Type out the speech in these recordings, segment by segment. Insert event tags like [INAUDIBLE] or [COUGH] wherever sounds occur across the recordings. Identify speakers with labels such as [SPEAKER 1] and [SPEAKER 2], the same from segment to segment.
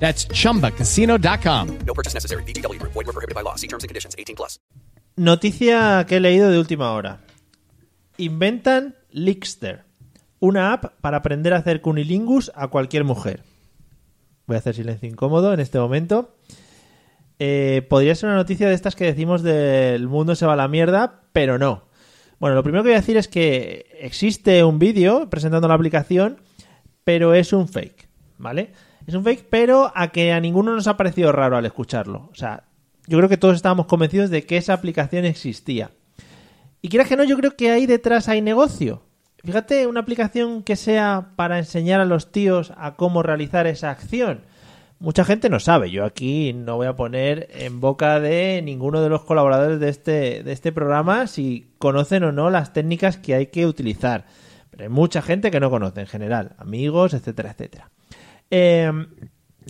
[SPEAKER 1] That's chumbacasino.com.
[SPEAKER 2] No purchase necessary. VGW Group. Void were prohibited by law. See terms and conditions. 18 plus.
[SPEAKER 3] Noticia que he leído de última hora. Inventan Lickster, una app para aprender a hacer cunilingus a cualquier mujer. Voy a hacer silencio incómodo en este momento. Eh, podría ser una noticia de estas que decimos del mundo se va a la mierda, pero no. Bueno, lo primero que voy a decir es que existe un vídeo presentando la aplicación, pero es un fake, ¿vale? Es un fake, pero a que a ninguno nos ha parecido raro al escucharlo. O sea, yo creo que todos estábamos convencidos de que esa aplicación existía. Y quieras que no, yo creo que ahí detrás hay negocio. Fíjate, una aplicación que sea para enseñar a los tíos a cómo realizar esa acción. Mucha gente no sabe. Yo aquí no voy a poner en boca de ninguno de los colaboradores de este, de este programa si conocen o no las técnicas que hay que utilizar. Pero hay mucha gente que no conoce en general. Amigos, etcétera, etcétera. Eh,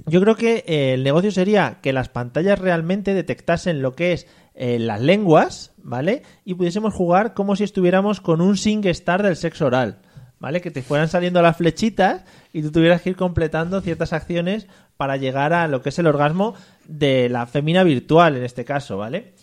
[SPEAKER 3] yo creo que eh, el negocio sería que las pantallas realmente detectasen lo que es eh, las lenguas, ¿vale? Y pudiésemos jugar como si estuviéramos con un SingStar del sexo oral, ¿vale? Que te fueran saliendo las flechitas y tú tuvieras que ir completando ciertas acciones para llegar a lo que es el orgasmo de la femina virtual en este caso, ¿vale?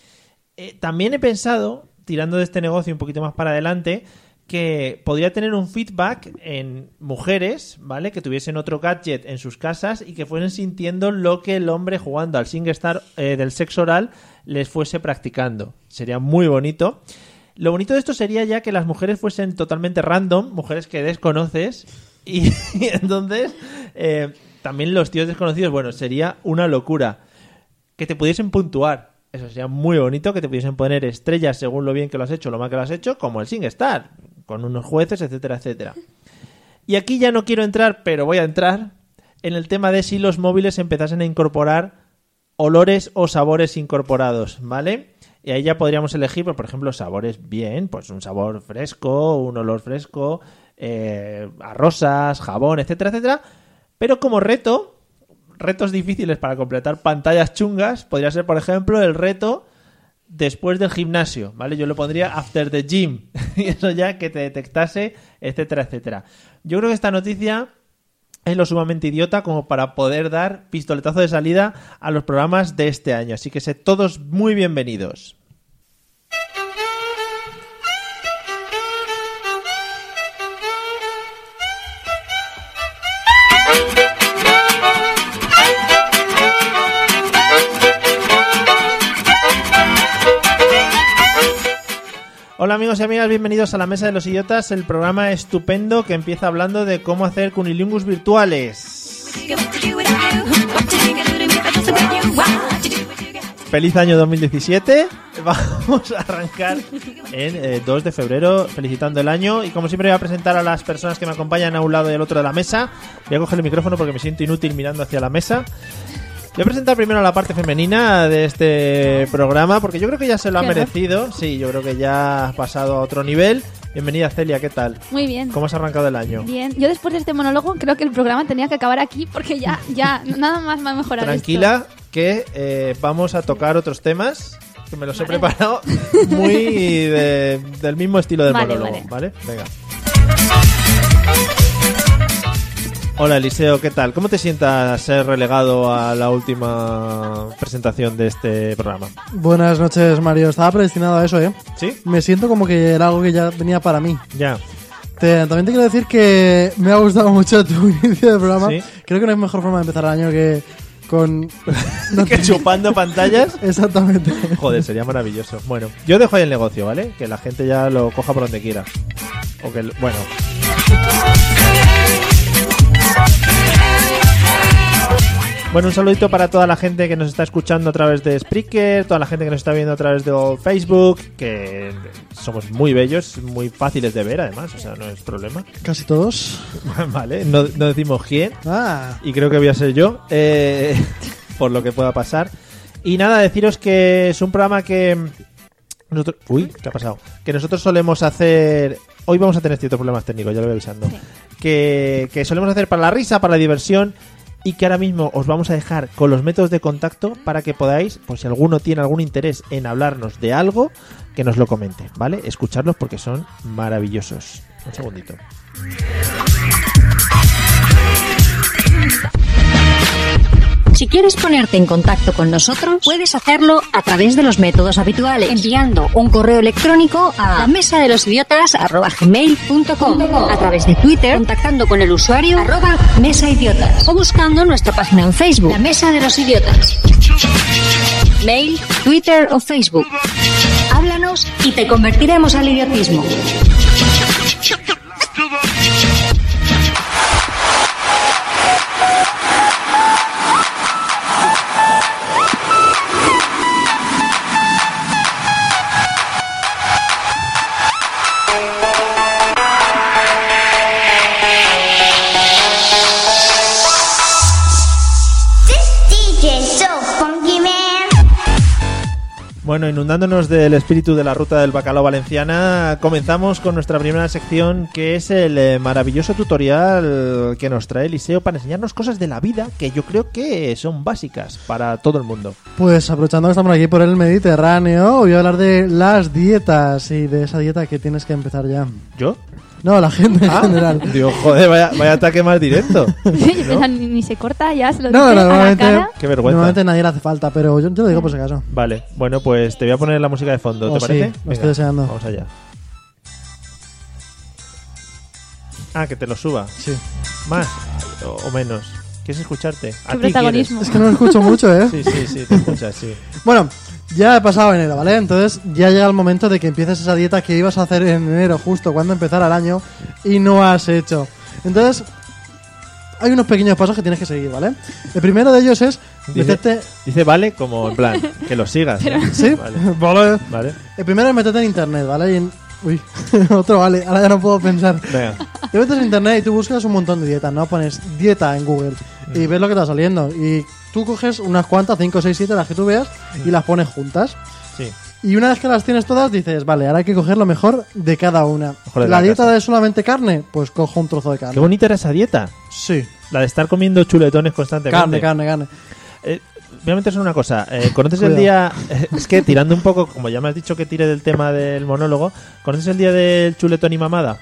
[SPEAKER 3] Eh, también he pensado, tirando de este negocio un poquito más para adelante, que podría tener un feedback en mujeres, ¿vale? Que tuviesen otro gadget en sus casas y que fuesen sintiendo lo que el hombre jugando al SingStar eh, del sexo oral les fuese practicando. Sería muy bonito. Lo bonito de esto sería ya que las mujeres fuesen totalmente random, mujeres que desconoces, y, [LAUGHS] y entonces eh, también los tíos desconocidos, bueno, sería una locura. Que te pudiesen puntuar, eso sería muy bonito que te pudiesen poner estrellas según lo bien que lo has hecho, lo mal que lo has hecho, como el SingStar, con unos jueces, etcétera, etcétera. Y aquí ya no quiero entrar, pero voy a entrar en el tema de si los móviles empezasen a incorporar olores o sabores incorporados, ¿vale? Y ahí ya podríamos elegir, pues, por ejemplo, sabores bien, pues un sabor fresco, un olor fresco, eh, a rosas, jabón, etcétera, etcétera. Pero como reto, retos difíciles para completar pantallas chungas podría ser, por ejemplo, el reto después del gimnasio, ¿vale? Yo lo pondría after the gym [LAUGHS] y eso ya que te detectase, etcétera, etcétera. Yo creo que esta noticia es lo sumamente idiota como para poder dar pistoletazo de salida a los programas de este año, así que sé todos muy bienvenidos. Hola amigos y amigas, bienvenidos a la Mesa de los Idiotas, el programa estupendo que empieza hablando de cómo hacer cunilingus virtuales. Feliz año 2017. [LAUGHS] Vamos a arrancar en eh, 2 de febrero felicitando el año y como siempre voy a presentar a las personas que me acompañan a un lado y al otro de la mesa. Voy a coger el micrófono porque me siento inútil mirando hacia la mesa. Voy a presentar primero la parte femenina de este programa porque yo creo que ya se lo ha
[SPEAKER 4] Qué honor.
[SPEAKER 3] merecido. Sí, yo creo que ya has pasado a otro nivel. Bienvenida Celia, ¿qué tal?
[SPEAKER 4] Muy bien.
[SPEAKER 3] ¿Cómo has arrancado el año?
[SPEAKER 4] Bien. Yo después de este monólogo creo que el programa tenía que acabar aquí porque ya, ya, nada más va a mejorar esto.
[SPEAKER 3] Tranquila, que eh, vamos a tocar otros temas que me los he preparado muy de- del mismo estilo del
[SPEAKER 4] Vale,
[SPEAKER 3] monólogo, vale. Venga. Hola Eliseo, ¿qué tal? ¿Cómo te sientas ser relegado a la última presentación de este programa?
[SPEAKER 5] Buenas noches, Mario. Estaba predestinado a eso, ¿eh?
[SPEAKER 3] ¿Sí?
[SPEAKER 5] Me siento como que era algo que ya venía para mí.
[SPEAKER 3] Ya.
[SPEAKER 5] Te- también te quiero decir que me ha gustado mucho tu [LAUGHS] inicio de programa.
[SPEAKER 3] Sí.
[SPEAKER 5] Creo que no hay mejor forma de empezar el año que con... no
[SPEAKER 3] ¿Que
[SPEAKER 5] te-
[SPEAKER 3] chupando pantallas?
[SPEAKER 5] Exactamente.
[SPEAKER 3] Joder, sería maravilloso. Bueno, yo dejo ahí el negocio, ¿vale? Que la gente ya lo coja por donde quiera. O que, bueno. Bueno, un saludito para toda la gente que nos está escuchando a través de Spreaker, toda la gente que nos está viendo a través de Facebook, que somos muy bellos, muy fáciles de ver además, o sea, no es problema. [LAUGHS]
[SPEAKER 5] Casi todos.
[SPEAKER 3] vale, no, no decimos quién,
[SPEAKER 5] Ah,
[SPEAKER 3] [LAUGHS] y creo que voy a ser yo, eh, por lo que pueda pasar. Y nada, deciros que es un programa que nosotros, uy, ¿qué ha pasado? Que nosotros solemos hacer. Hoy vamos a tener ciertos problemas técnicos, ya lo voy avisando.
[SPEAKER 4] Sí.
[SPEAKER 3] Que, que solemos hacer para la risa, para la diversión. Y que ahora mismo os vamos a dejar con los métodos de contacto para que podáis, pues si alguno tiene algún interés en hablarnos de algo, que nos lo comente, ¿vale? Escucharlos porque son maravillosos. Un segundito.
[SPEAKER 6] Si quieres ponerte en contacto con nosotros, puedes hacerlo a través de los métodos habituales, enviando un correo electrónico a la mesa de los idiotas a través de Twitter, contactando con el usuario arroba mesa idiotas o buscando nuestra página en Facebook, la mesa de los idiotas. Mail, Twitter o Facebook. Háblanos y te convertiremos al idiotismo.
[SPEAKER 7] This DJ is so funky, man.
[SPEAKER 3] Bueno, inundándonos del espíritu de la ruta del bacalao valenciana, comenzamos con nuestra primera sección, que es el eh, maravilloso tutorial que nos trae Eliseo para enseñarnos cosas de la vida que yo creo que son básicas para todo el mundo.
[SPEAKER 5] Pues aprovechando que estamos aquí por el Mediterráneo, voy a hablar de las dietas y de esa dieta que tienes que empezar ya.
[SPEAKER 3] ¿Yo?
[SPEAKER 5] No, la gente en
[SPEAKER 3] Ah.
[SPEAKER 5] general.
[SPEAKER 3] [LAUGHS] Digo, joder, vaya, vaya ataque más directo.
[SPEAKER 4] [LAUGHS] Yo pensaba, ni, ni se corta, ya se lo
[SPEAKER 5] No,
[SPEAKER 4] dice a la
[SPEAKER 5] normalmente,
[SPEAKER 4] cara.
[SPEAKER 3] Qué vergüenza.
[SPEAKER 5] normalmente nadie le hace falta, pero yo te lo digo por si acaso.
[SPEAKER 3] Vale, bueno, pues te voy a poner la música de fondo, ¿te
[SPEAKER 5] Oh, sí,
[SPEAKER 3] parece?
[SPEAKER 5] lo estoy deseando.
[SPEAKER 3] Vamos allá. Ah, que te lo suba.
[SPEAKER 5] Sí.
[SPEAKER 3] ¿Más o o menos? ¿Quieres escucharte? ¿A
[SPEAKER 4] Qué
[SPEAKER 3] ti quieres?
[SPEAKER 4] protagonismo.
[SPEAKER 5] Es que no lo escucho mucho, ¿eh?
[SPEAKER 3] Sí, sí, sí, te escuchas, sí.
[SPEAKER 5] Bueno, ya he pasado enero, ¿vale? Entonces ya llega el momento de que empieces esa dieta que ibas a hacer en enero, justo cuando empezara el año, y no has hecho. Entonces, hay unos pequeños pasos que tienes que seguir, ¿vale? El primero de ellos es meterte...
[SPEAKER 3] Dice, dice vale como en plan, que lo sigas. ¿eh? [LAUGHS]
[SPEAKER 5] Sí,
[SPEAKER 3] Vale.
[SPEAKER 5] [LAUGHS] vale.
[SPEAKER 3] Vale.
[SPEAKER 5] El primero es meterte en internet, ¿vale? Y en- Uy, [LAUGHS] otro vale, ahora ya no puedo pensar.
[SPEAKER 3] Venga.
[SPEAKER 5] Te metes en internet y tú buscas un montón de dietas, ¿no? Pones dieta en Google
[SPEAKER 3] Mm.
[SPEAKER 5] y ves lo que está saliendo. Y tú coges unas cuantas, 5, 6, 7, las que tú veas,
[SPEAKER 3] Mm.
[SPEAKER 5] y las pones juntas.
[SPEAKER 3] Sí.
[SPEAKER 5] Y una vez que las tienes todas, dices, vale, ahora hay que coger lo mejor de cada una.
[SPEAKER 3] Mejor de
[SPEAKER 5] la
[SPEAKER 3] la
[SPEAKER 5] dieta
[SPEAKER 3] casa.
[SPEAKER 5] de solamente carne, pues cojo un trozo de
[SPEAKER 3] Qué
[SPEAKER 5] carne.
[SPEAKER 3] bonita era esa dieta.
[SPEAKER 5] Sí,
[SPEAKER 3] La de estar comiendo chuletones constantemente.
[SPEAKER 5] carne, carne, carne.
[SPEAKER 3] Eh, voy a meterse en una cosa.
[SPEAKER 5] [LAUGHS]
[SPEAKER 3] Eh, ¿Conoces el día? eh,
[SPEAKER 5] Cuidado.
[SPEAKER 3] es que tirando un poco, como ya me has dicho que tire del tema del monólogo, ¿conoces el día del chuletón y mamada?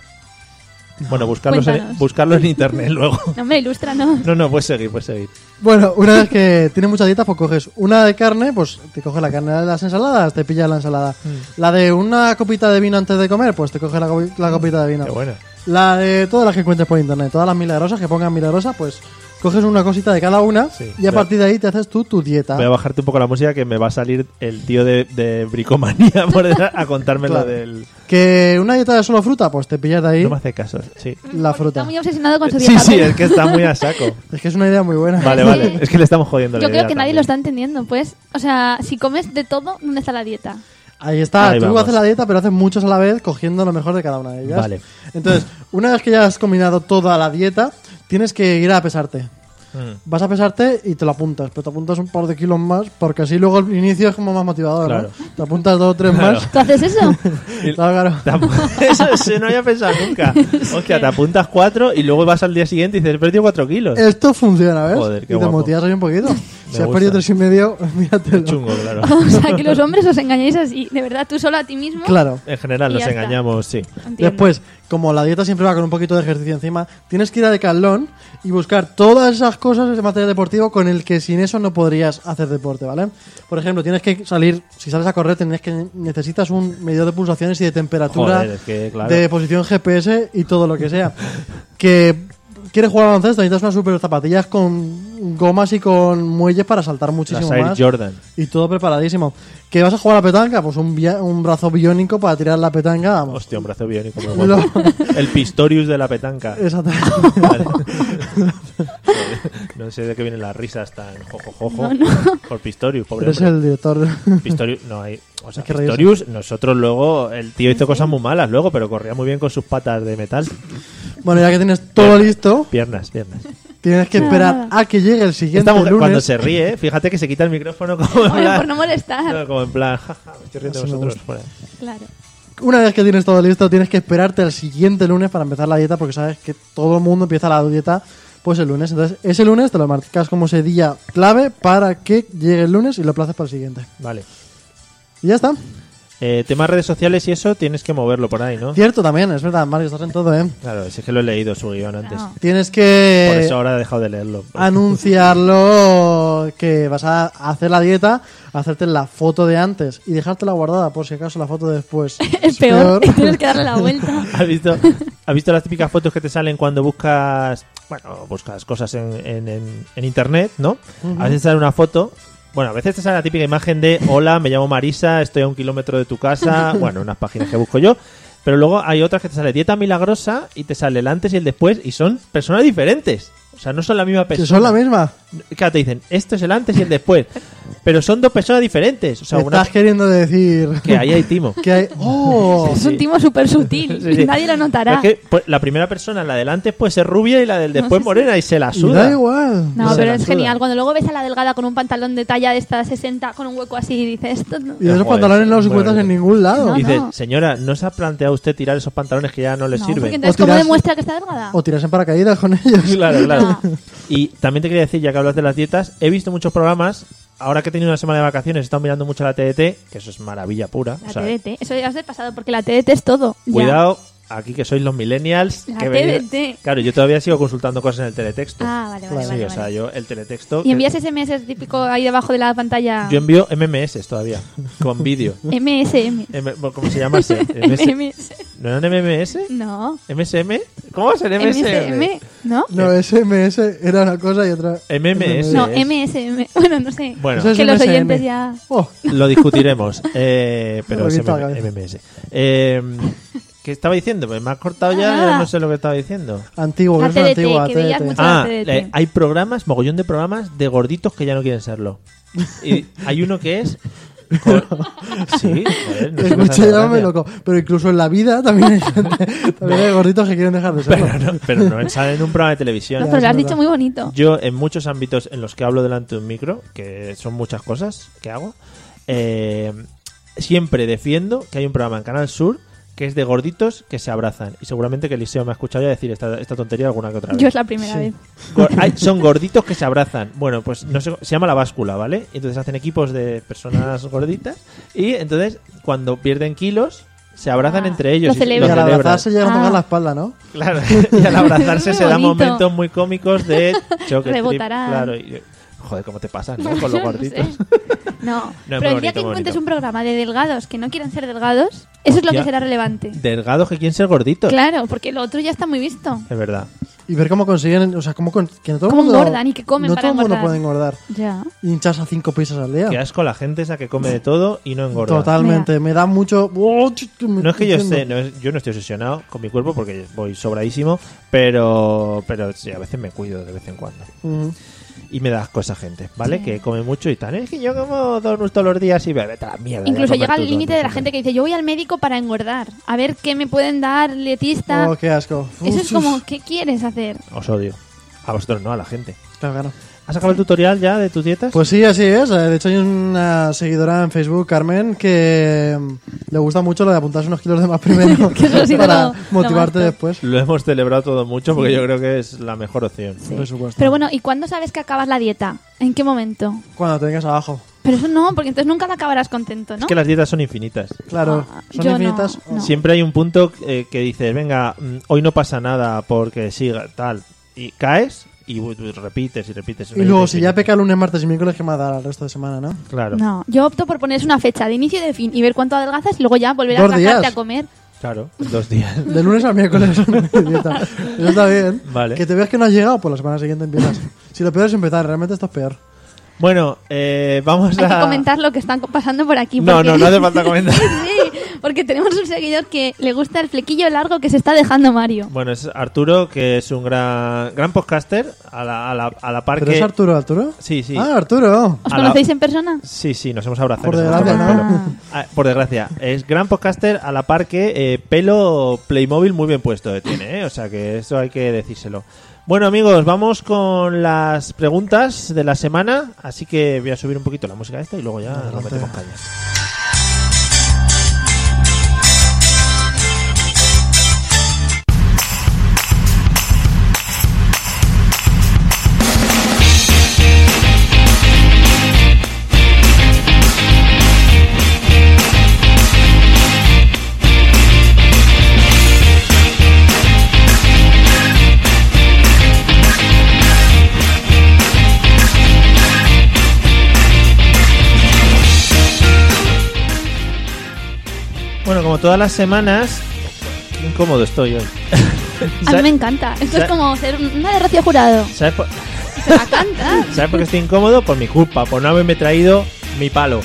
[SPEAKER 3] Bueno, buscarlos en,
[SPEAKER 4] Cuéntanos.
[SPEAKER 3] buscarlo en internet
[SPEAKER 5] [LAUGHS]
[SPEAKER 3] luego.
[SPEAKER 4] No me ilustra, no.
[SPEAKER 3] No, no, puedes seguir, puedes seguir.
[SPEAKER 5] Bueno, una vez que tienes muchas dietas, pues coges una de carne, pues te coges la carne de las ensaladas, te pillas la ensalada.
[SPEAKER 3] Mm.
[SPEAKER 5] La de una copita de vino antes de comer, pues te coges la, copi- la copita de vino.
[SPEAKER 3] Qué bueno.
[SPEAKER 5] La de todas las que encuentres por internet, todas las milagrosas que pongan milagrosas, pues coges una cosita de cada una
[SPEAKER 3] Sí.
[SPEAKER 5] y a
[SPEAKER 3] Pero-
[SPEAKER 5] partir de ahí te haces tú tu dieta.
[SPEAKER 3] Voy a bajarte un poco la música que me va a salir el tío de, de bricomanía [LAUGHS] por detrás a contarme
[SPEAKER 5] Claro.
[SPEAKER 3] lo del.
[SPEAKER 5] Que una dieta de solo fruta, pues te pillas de ahí
[SPEAKER 3] No me hace caso, sí.
[SPEAKER 5] la fruta.
[SPEAKER 4] Está muy obsesionado con su
[SPEAKER 3] Sí,
[SPEAKER 4] dieta.
[SPEAKER 3] sí,
[SPEAKER 4] pero
[SPEAKER 3] es que está muy a saco.
[SPEAKER 5] Es que es una idea muy buena.
[SPEAKER 3] Vale,
[SPEAKER 4] [LAUGHS]
[SPEAKER 3] vale. Es que le estamos jodiendo la
[SPEAKER 4] Yo creo
[SPEAKER 3] idea
[SPEAKER 4] que nadie
[SPEAKER 3] también.
[SPEAKER 4] lo está entendiendo, pues. O sea, si comes de todo, ¿dónde está la dieta?
[SPEAKER 5] [LAUGHS] Ahí está,
[SPEAKER 3] Ahí
[SPEAKER 5] tú
[SPEAKER 3] vamos.
[SPEAKER 5] haces la dieta, pero haces muchos a la vez cogiendo lo mejor de cada una de ellas.
[SPEAKER 3] Vale.
[SPEAKER 5] Entonces, una vez que ya has combinado toda la dieta, tienes que ir a pesarte.
[SPEAKER 3] Mm,
[SPEAKER 5] Vas a pesarte y te lo apuntas, pero te apuntas un par de kilos más, porque así luego el inicio es como más motivador, ¿no?
[SPEAKER 3] Claro.
[SPEAKER 5] Te apuntas dos o tres
[SPEAKER 3] [LAUGHS]
[SPEAKER 5] más.
[SPEAKER 4] ¿Tú haces eso?
[SPEAKER 5] Claro, claro.
[SPEAKER 4] [LAUGHS]
[SPEAKER 3] tampoco- [LAUGHS] Eso se no había pensado nunca. Hostia, te apuntas cuatro y luego vas al día siguiente y dices, he perdido cuatro kilos.
[SPEAKER 5] Esto funciona, ¿ves?
[SPEAKER 3] Joder, qué
[SPEAKER 5] y te
[SPEAKER 3] guapo.
[SPEAKER 5] motivas ahí
[SPEAKER 3] [LAUGHS]
[SPEAKER 5] un poquito. si has
[SPEAKER 3] gusta.
[SPEAKER 5] perdido tres y medio, [LAUGHS] míratelo.
[SPEAKER 3] Qué [LAUGHS] chungo, claro.
[SPEAKER 4] [LAUGHS] O sea, que los hombres os engañáis así, de verdad, tú solo a ti mismo.
[SPEAKER 5] Claro.
[SPEAKER 3] En general
[SPEAKER 4] Y
[SPEAKER 3] nos
[SPEAKER 4] ya está.
[SPEAKER 3] engañamos, sí.
[SPEAKER 4] Entiendo.
[SPEAKER 5] Después, como la dieta siempre va con un poquito de ejercicio encima, tienes que ir a Decathlon y buscar todas esas cosas de material deportivo con el que sin eso no podrías hacer deporte, ¿vale? Por ejemplo, tienes que salir, si sales a correr, tienes que necesitas un medidor de pulsaciones y de temperatura,
[SPEAKER 3] Joder, es que, claro.
[SPEAKER 5] de posición GPS y todo lo que sea. que quieres jugar al baloncesto, necesitas unas super zapatillas con gomas y con muelles para saltar
[SPEAKER 3] Las
[SPEAKER 5] muchísimo
[SPEAKER 3] Air
[SPEAKER 5] más.
[SPEAKER 3] Jordan.
[SPEAKER 5] Y todo preparadísimo. ¿Que vas a jugar a la petanca? Pues un, bia- un brazo biónico para tirar la petanca. vamos.
[SPEAKER 3] Hostia, un brazo biónico muy guapo. El Pistorius de la
[SPEAKER 5] [LAUGHS]
[SPEAKER 3] petanca. [LAUGHS]
[SPEAKER 5] Exactamente. [LAUGHS]
[SPEAKER 3] Vale. no sé de qué vienen las risas tan jojojojo. [LAUGHS] Por Pistorius, pobre
[SPEAKER 5] Pero es
[SPEAKER 3] hombre.
[SPEAKER 5] el
[SPEAKER 3] [LAUGHS]
[SPEAKER 5] director.
[SPEAKER 3] Pistorius, no hay. O sea,
[SPEAKER 5] Es que
[SPEAKER 3] Pistorius, nosotros luego. El tío hizo cosas muy malas luego, pero corría muy bien con sus patas de metal.
[SPEAKER 5] bueno, ya que tienes todo listo,
[SPEAKER 3] Piernas, piernas.
[SPEAKER 5] Tienes que esperar a que llegue el siguiente
[SPEAKER 3] Esta mujer
[SPEAKER 5] lunes.
[SPEAKER 3] cuando se ríe, ¿eh? fíjate que se quita el micrófono como en
[SPEAKER 4] Hombre,
[SPEAKER 3] plan,
[SPEAKER 4] por no molestar.
[SPEAKER 3] no, como en plan, jaja, me estoy riendo de
[SPEAKER 5] Eso me
[SPEAKER 3] vosotros
[SPEAKER 5] gusta.
[SPEAKER 3] fuera.
[SPEAKER 4] Claro.
[SPEAKER 5] Una vez que tienes todo listo, tienes que esperarte al siguiente lunes para empezar la dieta, porque sabes que todo el mundo empieza la dieta pues el lunes. Entonces, ese lunes te lo marcas como ese día clave para que llegue el lunes y lo aplazas para el siguiente.
[SPEAKER 3] Vale.
[SPEAKER 5] Y ya está.
[SPEAKER 3] Eh, temas redes sociales y eso tienes que moverlo por ahí, ¿no?
[SPEAKER 5] Cierto también, es verdad, Mario, estás en todo, ¿eh?
[SPEAKER 3] Claro, si es que lo he leído su guión antes.
[SPEAKER 4] No.
[SPEAKER 5] Tienes
[SPEAKER 3] Por
[SPEAKER 5] que
[SPEAKER 3] eso ahora he dejado de leerlo.
[SPEAKER 5] anunciarlo que vas a hacer la dieta, hacerte la foto de antes y dejártela guardada por si acaso la foto de después
[SPEAKER 4] [LAUGHS] Es peor. Tienes que darle la vuelta.
[SPEAKER 3] ¿Has visto, ¿Has visto las típicas fotos que te salen cuando buscas bueno buscas cosas en, en- en- en internet, ¿no? A veces te sale una foto. Bueno, a veces te sale la típica imagen de hola, me llamo Marisa, estoy a un kilómetro de tu
[SPEAKER 5] [LAUGHS]
[SPEAKER 3] casa. Bueno, unas páginas que busco yo. Pero luego hay otras que te sale dieta milagrosa y te sale el antes y el después y son personas diferentes. O sea, no son la
[SPEAKER 4] Pues
[SPEAKER 3] misma
[SPEAKER 5] Que
[SPEAKER 3] persona.
[SPEAKER 5] son la misma.
[SPEAKER 3] Claro, te dicen, esto es el antes y el después. Pero son dos personas diferentes. O sea,
[SPEAKER 5] Estás
[SPEAKER 3] una...
[SPEAKER 5] queriendo decir
[SPEAKER 3] [LAUGHS] que ahí hay timo.
[SPEAKER 5] [LAUGHS] que hay... ¡Oh!
[SPEAKER 4] Es un timo súper sutil.
[SPEAKER 3] Sí, sí.
[SPEAKER 4] Nadie lo notará.
[SPEAKER 3] Pero es que, pues, la primera persona, la del antes, puede ser rubia y la del después
[SPEAKER 4] sí, sí.
[SPEAKER 3] morena y se la
[SPEAKER 5] Y
[SPEAKER 3] suda.
[SPEAKER 5] da igual.
[SPEAKER 4] No,
[SPEAKER 3] Se
[SPEAKER 4] pero
[SPEAKER 3] la
[SPEAKER 4] es
[SPEAKER 3] suda.
[SPEAKER 4] genial. Cuando luego ves a la delgada con un pantalón de talla de esta 60, con un hueco así, y dices, esto no.
[SPEAKER 5] Y esos
[SPEAKER 3] Joder,
[SPEAKER 5] pantalones no los
[SPEAKER 3] pues, bueno.
[SPEAKER 5] encuentras en ningún lado.
[SPEAKER 4] No,
[SPEAKER 3] Dice,
[SPEAKER 4] no.
[SPEAKER 3] señora, ¿no se ha planteado usted tirar esos pantalones que ya no le
[SPEAKER 4] No, porque
[SPEAKER 3] [LAUGHS] sirven?
[SPEAKER 4] entonces,
[SPEAKER 5] O
[SPEAKER 4] ¿cómo
[SPEAKER 5] tiras-
[SPEAKER 4] demuestra que está delgada?
[SPEAKER 5] O tiras en paracaídas con ellos.
[SPEAKER 3] Claro, claro.
[SPEAKER 4] No.
[SPEAKER 3] Y también te quería decir, ya que hablas de las dietas, he visto muchos programas. Ahora que he tenido una semana de vacaciones, he estado mirando mucho la TDT, que eso es maravilla pura.
[SPEAKER 4] La
[SPEAKER 3] o sea,
[SPEAKER 4] TDT. Eso ya es del pasado, porque la TDT es todo. Ya.
[SPEAKER 3] Cuidado, aquí que sois los millennials.
[SPEAKER 4] La
[SPEAKER 3] que venís-
[SPEAKER 4] TDT.
[SPEAKER 3] Claro, yo todavía sigo consultando cosas en el teletexto.
[SPEAKER 4] Ah, vale, vale,
[SPEAKER 3] Sí,
[SPEAKER 4] vale,
[SPEAKER 3] o sea,
[SPEAKER 4] vale.
[SPEAKER 3] yo el teletexto...
[SPEAKER 4] Y
[SPEAKER 5] eh,
[SPEAKER 3] que-
[SPEAKER 4] envías SMS típico ahí debajo de la pantalla.
[SPEAKER 5] em-
[SPEAKER 3] Yo envío MMS todavía, con vídeo.
[SPEAKER 5] [LAUGHS]
[SPEAKER 4] MSM.
[SPEAKER 3] M- bueno, ¿Cómo se llama?
[SPEAKER 4] [LAUGHS]
[SPEAKER 3] ese? MS.
[SPEAKER 4] MMS.
[SPEAKER 3] ¿No eran MMS?
[SPEAKER 4] No.
[SPEAKER 3] ¿MSM? ¿Cómo va a ser MSM?
[SPEAKER 4] MSM. ¿No?
[SPEAKER 5] No,
[SPEAKER 3] Eh.
[SPEAKER 5] SMS era una cosa y otra.
[SPEAKER 3] MMS.
[SPEAKER 4] No,
[SPEAKER 3] es.
[SPEAKER 4] MSM. [LAUGHS] Bueno, no sé.
[SPEAKER 3] Bueno.
[SPEAKER 5] Eso es
[SPEAKER 4] que los
[SPEAKER 5] MSN.
[SPEAKER 4] oyentes ya.
[SPEAKER 5] Oh,
[SPEAKER 3] Lo discutiremos. eh,
[SPEAKER 4] [LAUGHS]
[SPEAKER 3] pero
[SPEAKER 5] Me
[SPEAKER 3] es
[SPEAKER 5] revienta la
[SPEAKER 3] MM-
[SPEAKER 5] cabeza.
[SPEAKER 3] MMS. Eh, ¿Qué estaba diciendo? Pues me has cortado ya, ya
[SPEAKER 4] Ah.
[SPEAKER 3] no sé lo que estaba diciendo.
[SPEAKER 5] antiguo,
[SPEAKER 4] La
[SPEAKER 5] que es
[SPEAKER 4] TDT,
[SPEAKER 5] antigua.
[SPEAKER 4] que veías
[SPEAKER 5] TDT.
[SPEAKER 4] mucho-
[SPEAKER 3] Ah,
[SPEAKER 4] TDT.
[SPEAKER 3] eh, hay programas, mogollón de programas de gorditos que ya no quieren serlo. Y hay uno que es.
[SPEAKER 4] [LAUGHS]
[SPEAKER 3] con- Sí, joder, [LAUGHS] no sé cómo
[SPEAKER 5] Ah,
[SPEAKER 3] se
[SPEAKER 5] Escucha,
[SPEAKER 3] hace
[SPEAKER 5] llámame
[SPEAKER 3] gracia.
[SPEAKER 5] loco. Pero incluso en la vida también hay
[SPEAKER 3] [LAUGHS]
[SPEAKER 5] gente, también hay gorditos que quieren dejar de serlo.
[SPEAKER 3] Pero no, pero no sale en un programa de televisión.
[SPEAKER 4] No, pero lo
[SPEAKER 5] es
[SPEAKER 4] has
[SPEAKER 5] verdad.
[SPEAKER 4] dicho muy bonito.
[SPEAKER 3] Yo en muchos ámbitos en los que hablo delante de un micro, que son muchas cosas que hago, eh, siempre defiendo que hay un programa en Canal Sur que es de gorditos que se abrazan. Y seguramente que Eliseo me ha escuchado ya decir esta, esta tontería alguna que otra vez.
[SPEAKER 4] Yo es la primera vez.
[SPEAKER 3] Gor- hay- son gorditos que se abrazan. Bueno, pues no sé, se llama la báscula, ¿vale? Entonces hacen equipos de personas gorditas y entonces cuando pierden kilos se abrazan
[SPEAKER 4] Ah,
[SPEAKER 3] entre ellos.
[SPEAKER 4] lo
[SPEAKER 3] y- y
[SPEAKER 5] Y
[SPEAKER 4] celebran.
[SPEAKER 5] al
[SPEAKER 3] celebran.
[SPEAKER 5] abrazarse llegan a tocar
[SPEAKER 4] Ah.
[SPEAKER 5] la espalda, ¿no?
[SPEAKER 3] Claro, [LAUGHS] y al abrazarse
[SPEAKER 4] Muy
[SPEAKER 3] se dan
[SPEAKER 4] bonito.
[SPEAKER 3] momentos muy cómicos de choque. trip,
[SPEAKER 4] Rebotarán.
[SPEAKER 3] Claro, y- joder, cómo te pasas,
[SPEAKER 4] [LAUGHS]
[SPEAKER 3] ¿no? [LAUGHS] Con los
[SPEAKER 4] No
[SPEAKER 3] gorditos.
[SPEAKER 4] sé. No, pero
[SPEAKER 3] muy
[SPEAKER 4] el día
[SPEAKER 3] bonito,
[SPEAKER 4] que
[SPEAKER 3] muy
[SPEAKER 4] encuentres
[SPEAKER 3] bonito.
[SPEAKER 4] un programa de delgados que no quieran ser delgados, eso es lo
[SPEAKER 3] Hostia.
[SPEAKER 4] que será relevante.
[SPEAKER 3] Delgados que quieren ser gorditos.
[SPEAKER 4] Claro, porque lo otro ya está muy visto.
[SPEAKER 3] Es verdad.
[SPEAKER 5] Y ver cómo consiguen, o sea, cómo, con- que no todo el
[SPEAKER 4] Cómo
[SPEAKER 5] mundo-
[SPEAKER 4] engordan y qué comen
[SPEAKER 5] No
[SPEAKER 4] para
[SPEAKER 5] todo el mundo
[SPEAKER 4] engordar.
[SPEAKER 5] puede engordar.
[SPEAKER 4] Ya.
[SPEAKER 5] Y hincharse a cinco pizzas al día.
[SPEAKER 3] Qué asco la gente esa que come de todo y no engorda.
[SPEAKER 5] Totalmente, me da mucho. ¡oh,
[SPEAKER 3] No
[SPEAKER 5] No
[SPEAKER 3] es que yo esté, no es- yo no estoy obsesionado con mi cuerpo porque voy sobradísimo, pero, pero sí, a veces me cuido de vez en cuando.
[SPEAKER 5] Mm.
[SPEAKER 3] Y me da asco esa gente, ¿vale? Que come mucho y tal. Es que yo como donuts todos los días y me vete a la mierda.
[SPEAKER 4] Incluso llega al límite de la gente que dice, yo voy al médico para engordar, a ver qué me pueden dar, letista.
[SPEAKER 5] Oh, qué asco.
[SPEAKER 4] Eso es
[SPEAKER 5] Uf, uf.
[SPEAKER 4] como, ¿qué quieres hacer?
[SPEAKER 3] Os odio. A vosotros no, a la gente.
[SPEAKER 5] Claro, claro.
[SPEAKER 3] ¿Has acabado el tutorial ya de tus dietas?
[SPEAKER 5] Pues sí, así es. Eh, De hecho, hay una seguidora en Facebook, Carmen, que mm, le gusta mucho lo de apuntarse unos kilos de más primero
[SPEAKER 4] [LAUGHS] Que eso ha sido
[SPEAKER 5] para
[SPEAKER 4] lo- lo
[SPEAKER 5] motivarte
[SPEAKER 4] más
[SPEAKER 5] después.
[SPEAKER 3] Lo hemos celebrado todo mucho porque yo creo que es la mejor opción.
[SPEAKER 5] Por supuesto.
[SPEAKER 4] Pero bueno, ¿y cuándo sabes que acabas la dieta? ¿En qué momento?
[SPEAKER 5] Cuando te vengas abajo.
[SPEAKER 4] Pero eso no, porque entonces nunca la acabarás contento, ¿no?
[SPEAKER 3] Es que las dietas son infinitas.
[SPEAKER 5] Claro,
[SPEAKER 4] Ah,
[SPEAKER 5] son
[SPEAKER 4] yo no,
[SPEAKER 5] infinitas.
[SPEAKER 4] no.
[SPEAKER 3] Siempre hay un punto eh, que dices, venga, mm, hoy no pasa nada porque siga tal. Y caes y bu- bu- repites y repites.
[SPEAKER 5] Y luego, si ya peca lunes, martes y miércoles, ¿qué más dará el resto de semana, no?
[SPEAKER 3] Claro,
[SPEAKER 4] No, yo opto por ponerse una fecha de inicio y de fin y ver cuánto adelgazas y luego ya volver a
[SPEAKER 5] Dos
[SPEAKER 4] sacarte
[SPEAKER 5] días.
[SPEAKER 4] a comer.
[SPEAKER 3] claro, dos días. [LAUGHS]
[SPEAKER 5] De lunes a miércoles. dieta. Eso está bien.
[SPEAKER 3] Vale.
[SPEAKER 5] Que te veas que no has llegado, pues la semana siguiente empiezas. Si lo peor es empezar, realmente esto es peor.
[SPEAKER 3] Bueno, eh, vamos
[SPEAKER 4] Hay
[SPEAKER 3] a...
[SPEAKER 4] que comentar lo que están pasando por aquí.
[SPEAKER 3] No,
[SPEAKER 4] porque-
[SPEAKER 3] no, no
[SPEAKER 4] [LAUGHS]
[SPEAKER 3] hace falta comentar.
[SPEAKER 4] sí, porque tenemos un seguidor que le gusta el flequillo largo que se está dejando Mario.
[SPEAKER 3] Bueno, es Arturo, que es un gran, gran podcaster, a la, a la, a la par
[SPEAKER 5] ¿Pero
[SPEAKER 3] que-
[SPEAKER 5] es Arturo, Arturo?
[SPEAKER 3] Sí, sí.
[SPEAKER 5] Ah, Arturo.
[SPEAKER 4] ¿Os
[SPEAKER 3] a la-
[SPEAKER 4] conocéis en persona?
[SPEAKER 3] Sí, sí, nos hemos abrazado.
[SPEAKER 5] Por
[SPEAKER 3] nos hemos
[SPEAKER 5] desgracia,
[SPEAKER 3] tocado el
[SPEAKER 4] ¿no?
[SPEAKER 3] pelo. Ah, por desgracia. Es gran podcaster a la par que eh, pelo Playmobil muy bien puesto eh, tiene, ¿eh? O sea que eso hay que decírselo. Bueno, amigos, vamos con las preguntas de la semana. Así que voy a subir un poquito la música esta y luego ya nos metemos caña. Bueno, como todas las semanas. Qué incómodo estoy hoy.
[SPEAKER 4] [LAUGHS] A mí me encanta. Esto
[SPEAKER 3] sa-
[SPEAKER 4] es como ser una de Rocío
[SPEAKER 3] [LAUGHS]
[SPEAKER 4] Jurado.
[SPEAKER 3] ¿Sabes por,
[SPEAKER 4] Se la canta.
[SPEAKER 3] ¿Sabes por qué estoy incómodo? Por mi culpa, por no haberme traído mi palo.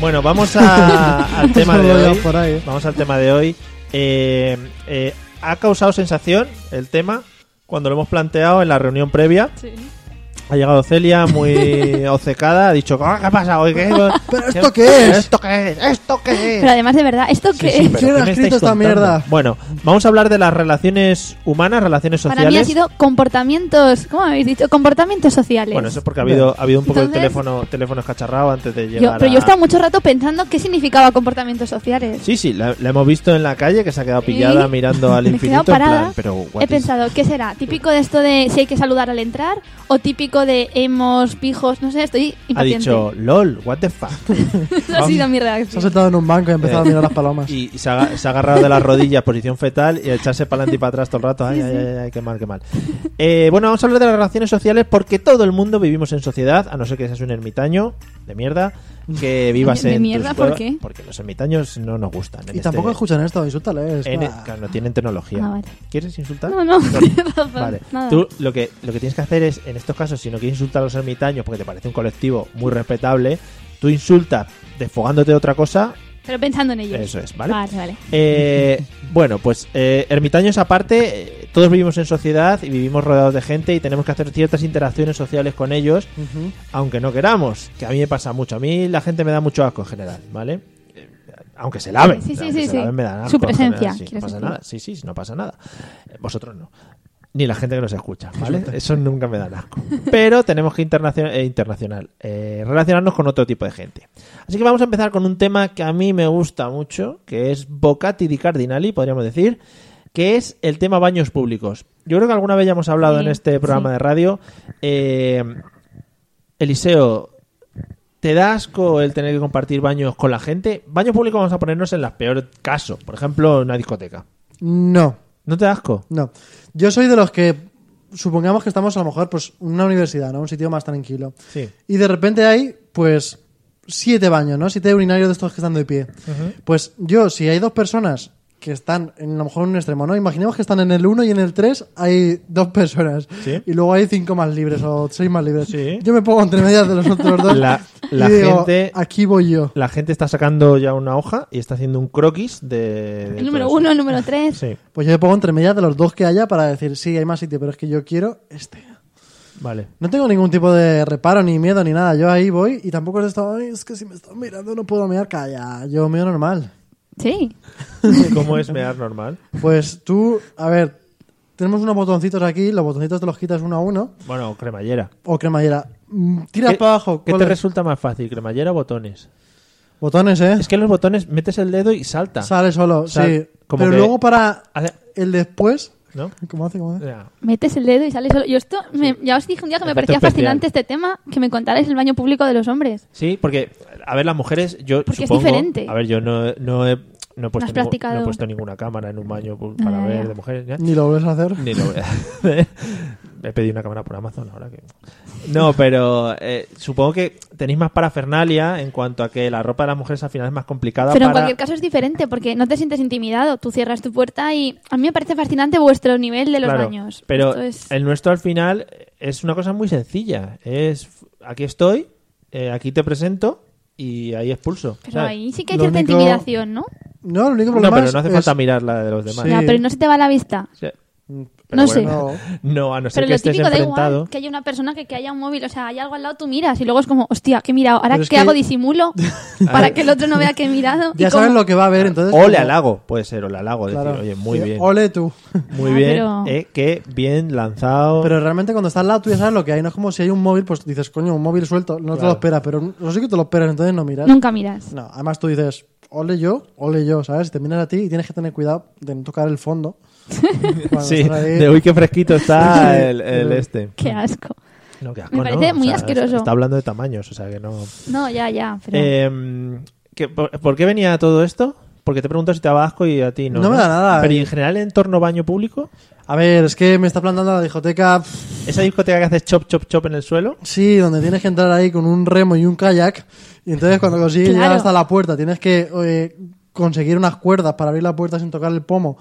[SPEAKER 3] Bueno, vamos a-
[SPEAKER 5] [LAUGHS]
[SPEAKER 3] al tema de
[SPEAKER 5] Solo ya
[SPEAKER 3] hoy.
[SPEAKER 5] por ahí, eh.
[SPEAKER 3] Vamos al tema de hoy. Eh, eh, ha causado sensación el tema cuando lo hemos planteado en la reunión previa.
[SPEAKER 4] Sí.
[SPEAKER 3] Ha llegado Celia
[SPEAKER 5] [LAUGHS]
[SPEAKER 3] muy obcecada, ha dicho, "Ah, ¿qué ha pasado? ¿Qué-
[SPEAKER 5] ¿Pero esto qué es?
[SPEAKER 3] ¿Esto qué es? ¿Esto qué es?
[SPEAKER 4] Pero además, de verdad, ¿esto
[SPEAKER 3] Sí,
[SPEAKER 4] qué
[SPEAKER 3] sí,
[SPEAKER 4] es?
[SPEAKER 3] pero
[SPEAKER 5] ¿Quién
[SPEAKER 3] ¿qué
[SPEAKER 5] ha
[SPEAKER 3] me
[SPEAKER 5] escrito
[SPEAKER 3] estáis
[SPEAKER 5] esta
[SPEAKER 3] contando?
[SPEAKER 5] mierda?
[SPEAKER 3] Bueno, vamos a hablar de las relaciones humanas, relaciones sociales.
[SPEAKER 4] [LAUGHS] Para mí ha sido comportamientos, ¿cómo habéis dicho? Comportamientos sociales.
[SPEAKER 3] Bueno, eso es porque ha habido, ha habido un poco de
[SPEAKER 4] Entonces-
[SPEAKER 3] teléfono, teléfono escacharrado antes de llegar
[SPEAKER 4] Yo- pero
[SPEAKER 3] a-
[SPEAKER 4] yo he estado mucho rato pensando qué significaba comportamientos sociales.
[SPEAKER 3] Sí, sí, la, la hemos visto en la calle que se ha quedado pillada
[SPEAKER 4] ¿Eh?
[SPEAKER 3] mirando al
[SPEAKER 4] Me he
[SPEAKER 3] infinito.
[SPEAKER 4] quedado
[SPEAKER 3] en plan,
[SPEAKER 4] parada.
[SPEAKER 3] pero what
[SPEAKER 4] He
[SPEAKER 3] is-
[SPEAKER 4] pensado,
[SPEAKER 3] [LAUGHS]
[SPEAKER 4] ¿qué será? ¿Típico de esto de si hay que saludar al entrar? ¿O típico de hemos, pijos? No sé, estoy
[SPEAKER 3] Ha
[SPEAKER 4] impaciente.
[SPEAKER 3] dicho, "Ah, lol, what the fuck.
[SPEAKER 4] [LAUGHS] Esa ha sido mi
[SPEAKER 5] Se ha
[SPEAKER 4] reacción.
[SPEAKER 5] sentado en un banco y ha empezado a mirar las palomas.
[SPEAKER 3] Y, y se, ha, se ha agarrado de las rodillas, posición fetal, y a echarse para adelante y para atrás todo el rato. Ay, ay, ay, ay, qué mal, qué mal. Eh, bueno, vamos a hablar de las relaciones sociales porque todo el mundo vivimos en sociedad, a no ser que seas un ermitaño de mierda,
[SPEAKER 4] [LAUGHS]
[SPEAKER 3] que vivas
[SPEAKER 4] ¿De
[SPEAKER 3] en. tus
[SPEAKER 4] mierda? ¿Por
[SPEAKER 3] cuevas-
[SPEAKER 4] qué?
[SPEAKER 3] Porque los ermitaños no nos gustan. en
[SPEAKER 5] Y tampoco
[SPEAKER 3] este-
[SPEAKER 5] escuchan esto, insúltales.
[SPEAKER 3] en- e-
[SPEAKER 5] Ah.
[SPEAKER 3] claro, no tienen tecnología.
[SPEAKER 4] Ah, vale.
[SPEAKER 3] ¿Quieres insultar?
[SPEAKER 4] No, [LAUGHS] no, tienes razón.
[SPEAKER 3] Vale.
[SPEAKER 4] Nada.
[SPEAKER 3] Tú lo que, lo que tienes que hacer es, en estos casos, si no quieres insultar a los ermitaños porque te parece un colectivo muy respetable, tú insultas desfogándote de otra cosa.
[SPEAKER 4] Pero pensando en ello.
[SPEAKER 3] Eso es, ¿vale?
[SPEAKER 4] Vale, vale.
[SPEAKER 3] Eh, bueno, pues eh, ermitaños aparte, eh, todos vivimos en sociedad y vivimos rodeados de gente y tenemos que hacer ciertas interacciones sociales con ellos,
[SPEAKER 5] Ujú.
[SPEAKER 3] aunque no queramos, que a mí me pasa mucho. A mí la gente me da mucho asco en general, ¿vale? Eh, Aunque se laven,
[SPEAKER 4] Sí, sí,
[SPEAKER 3] aunque
[SPEAKER 4] sí,
[SPEAKER 3] se
[SPEAKER 4] sí.
[SPEAKER 3] laven me dan asco
[SPEAKER 4] Su
[SPEAKER 3] en
[SPEAKER 4] presencia,
[SPEAKER 3] general, sí, no
[SPEAKER 4] quieres
[SPEAKER 3] pasa
[SPEAKER 4] decir.
[SPEAKER 3] nada, sí, sí, sí, no pasa nada. Eh, Vosotros no. Ni la gente que nos escucha, ¿vale? Eso nunca me da asco. Pero tenemos que internacional, eh, internacional eh, relacionarnos con otro tipo de gente. Así que vamos a empezar con un tema que a mí me gusta mucho, que es Bocati di Cardinali, podríamos decir, que es el tema baños públicos. Yo creo que alguna vez ya hemos hablado
[SPEAKER 4] Sí,
[SPEAKER 3] en este programa
[SPEAKER 4] sí.
[SPEAKER 3] de radio. Eh, Eliseo, ¿te da asco el tener que compartir baños con la gente? Baños públicos vamos a ponernos en los peores casos, por ejemplo, una discoteca.
[SPEAKER 5] No,
[SPEAKER 3] ¿No te da asco?
[SPEAKER 5] no. Yo soy de los que, supongamos que estamos a lo mejor pues en una universidad, ¿no? Un sitio más tranquilo.
[SPEAKER 3] Sí.
[SPEAKER 5] Y de repente hay, pues, siete baños, ¿no? Siete urinarios de estos que están de pie. Pues yo, si hay dos personas que están en a lo mejor en un extremo, ¿no? Imaginemos que están en el 1 y en el 3 hay dos personas.
[SPEAKER 3] Sí.
[SPEAKER 5] Y luego hay cinco más libres o seis más libres.
[SPEAKER 3] Sí.
[SPEAKER 5] Yo me pongo entre medias de los otros dos.
[SPEAKER 3] La- la
[SPEAKER 5] y digo,
[SPEAKER 3] gente-
[SPEAKER 5] Aquí voy yo.
[SPEAKER 3] La gente está sacando ya una hoja y está haciendo un croquis de... de
[SPEAKER 4] El número
[SPEAKER 3] todo eso.
[SPEAKER 4] uno,
[SPEAKER 3] [LAUGHS]
[SPEAKER 4] el número tres.
[SPEAKER 3] Sí,
[SPEAKER 5] Pues yo me pongo entre medias de los dos que haya para decir, sí, hay más sitio, pero es que yo quiero este.
[SPEAKER 4] [LAUGHS]
[SPEAKER 3] vale.
[SPEAKER 5] No tengo ningún tipo de reparo, ni miedo, ni nada. Yo ahí voy y tampoco es de esto, "Ay, es que si me están mirando no puedo mirar, calla. Yo mío normal.
[SPEAKER 4] Sí.
[SPEAKER 3] ¿Cómo es mear normal?
[SPEAKER 5] Pues tú, a ver, tenemos unos botoncitos aquí, los botoncitos te los quitas uno a uno,
[SPEAKER 3] Bueno, cremallera.
[SPEAKER 5] o cremallera. Mm, Tiras
[SPEAKER 3] ¿Qué-
[SPEAKER 5] para abajo,
[SPEAKER 3] ¿Qué te
[SPEAKER 5] colas-
[SPEAKER 3] resulta más fácil, cremallera o botones?
[SPEAKER 5] botones, ¿eh?
[SPEAKER 3] Es que los botones metes el dedo y salta.
[SPEAKER 5] Sale solo,
[SPEAKER 3] Sal-
[SPEAKER 5] sí.
[SPEAKER 3] como
[SPEAKER 5] Pero
[SPEAKER 3] que-
[SPEAKER 5] luego para
[SPEAKER 3] Hace-
[SPEAKER 5] el después... [LAUGHS]
[SPEAKER 3] ¿No?
[SPEAKER 5] ¿Cómo hace? ¿Cómo hace?
[SPEAKER 3] Ya.
[SPEAKER 4] Metes el dedo y sales solo. Yo esto, me- ya os dije un día que me
[SPEAKER 3] Efecto
[SPEAKER 4] parecía
[SPEAKER 3] especial.
[SPEAKER 4] fascinante este tema, que me contarais el baño público de los hombres.
[SPEAKER 3] Sí, porque, a ver, las mujeres, yo
[SPEAKER 4] Porque es
[SPEAKER 3] supongo-
[SPEAKER 4] diferente.
[SPEAKER 3] A ver, yo no, no he, no he puesto ningún-
[SPEAKER 4] has practicado?
[SPEAKER 3] no he puesto ninguna cámara en un baño pu- para
[SPEAKER 4] Ah,
[SPEAKER 3] ver
[SPEAKER 4] ya.
[SPEAKER 3] de mujeres. ¿ya?
[SPEAKER 5] Ni lo vuelves a hacer.
[SPEAKER 3] Ni lo voy a- [LAUGHS] He pedido una cámara por Amazon ahora que. No, pero eh, supongo que tenéis más parafernalia en cuanto a que la ropa de las mujeres al final es más complicada
[SPEAKER 4] Pero en
[SPEAKER 3] para.
[SPEAKER 4] cualquier caso es diferente porque no te sientes intimidado. Tú cierras tu puerta y a mí me parece fascinante vuestro nivel de los
[SPEAKER 3] Claro,
[SPEAKER 4] baños.
[SPEAKER 3] Pero
[SPEAKER 4] Esto es-
[SPEAKER 3] el nuestro al final es una cosa muy sencilla. Es aquí estoy, eh, aquí te presento y ahí expulso.
[SPEAKER 4] Pero
[SPEAKER 3] ¿sabes?
[SPEAKER 4] ahí sí que hay
[SPEAKER 5] Lo
[SPEAKER 4] cierta
[SPEAKER 5] único-
[SPEAKER 4] intimidación, ¿no?
[SPEAKER 5] No, lo único
[SPEAKER 3] No,
[SPEAKER 5] problema
[SPEAKER 3] pero no hace
[SPEAKER 5] es-
[SPEAKER 3] falta mirar la de los demás.
[SPEAKER 5] Sí.
[SPEAKER 4] Ya, pero no se te va la vista.
[SPEAKER 3] O sea,
[SPEAKER 4] No sé.
[SPEAKER 5] No.
[SPEAKER 3] No, a no ser
[SPEAKER 4] Pero
[SPEAKER 3] que
[SPEAKER 4] lo
[SPEAKER 3] estés
[SPEAKER 4] típico da
[SPEAKER 3] enfrentado.
[SPEAKER 4] igual que haya una persona que, que haya un móvil, o sea, hay algo al lado, tú miras y luego es como, hostia, ¿qué he mirado? ¿Ahora qué
[SPEAKER 5] Pero es que-
[SPEAKER 4] hago?
[SPEAKER 5] [LAUGHS]
[SPEAKER 4] ¿Disimulo? para que el otro no vea que he mirado.
[SPEAKER 5] Ya sabes lo que va a haber, entonces.
[SPEAKER 3] O le
[SPEAKER 5] como-
[SPEAKER 3] halago, puede ser, o le halago. decir,
[SPEAKER 5] Claro.
[SPEAKER 3] oye, muy
[SPEAKER 5] Sí,
[SPEAKER 3] bien.
[SPEAKER 5] Ole tú. [LAUGHS]
[SPEAKER 3] Muy
[SPEAKER 4] Ah,
[SPEAKER 3] bien,
[SPEAKER 4] pero-
[SPEAKER 3] eh, qué bien lanzado.
[SPEAKER 5] Pero realmente cuando estás al lado tú ya sabes lo que hay. No es como si hay un móvil, pues dices, coño, un móvil suelto. No te
[SPEAKER 3] Claro.
[SPEAKER 5] lo esperas, pero eso sí que te lo esperas, entonces no miras.
[SPEAKER 4] Nunca miras.
[SPEAKER 5] No, además tú dices, ole yo, ole yo, ¿sabes? Y Te miras a ti y tienes que tener cuidado de no tocar
[SPEAKER 4] [LAUGHS]
[SPEAKER 5] el fondo. Cuando
[SPEAKER 3] sí,
[SPEAKER 5] estás ahí.
[SPEAKER 3] de hoy qué fresquito [LAUGHS] está
[SPEAKER 5] Sí,
[SPEAKER 3] el, el
[SPEAKER 5] pero-
[SPEAKER 3] este.
[SPEAKER 4] Qué asco.
[SPEAKER 3] No, qué asco,
[SPEAKER 4] Me parece
[SPEAKER 3] ¿no?
[SPEAKER 4] muy
[SPEAKER 3] O sea,
[SPEAKER 4] asqueroso.
[SPEAKER 3] Está hablando de tamaños, o sea que no.
[SPEAKER 4] No, ya, ya. Pero...
[SPEAKER 3] Eh, ¿qué- por, por qué venía todo esto? Porque te pregunto si te daba asco y a ti no.
[SPEAKER 5] No me da nada,
[SPEAKER 3] Pero
[SPEAKER 5] eh.
[SPEAKER 3] ¿y en general, en torno baño público,
[SPEAKER 5] A ver, es que me está plantando la discoteca, pff,
[SPEAKER 3] esa discoteca que haces chop, chop, chop en el suelo.
[SPEAKER 5] sí, donde tienes que entrar ahí con un remo y un kayak. Y entonces cuando consigues llegar
[SPEAKER 4] Claro.
[SPEAKER 5] hasta la puerta, tienes que eh, conseguir unas cuerdas para abrir la puerta sin tocar el pomo.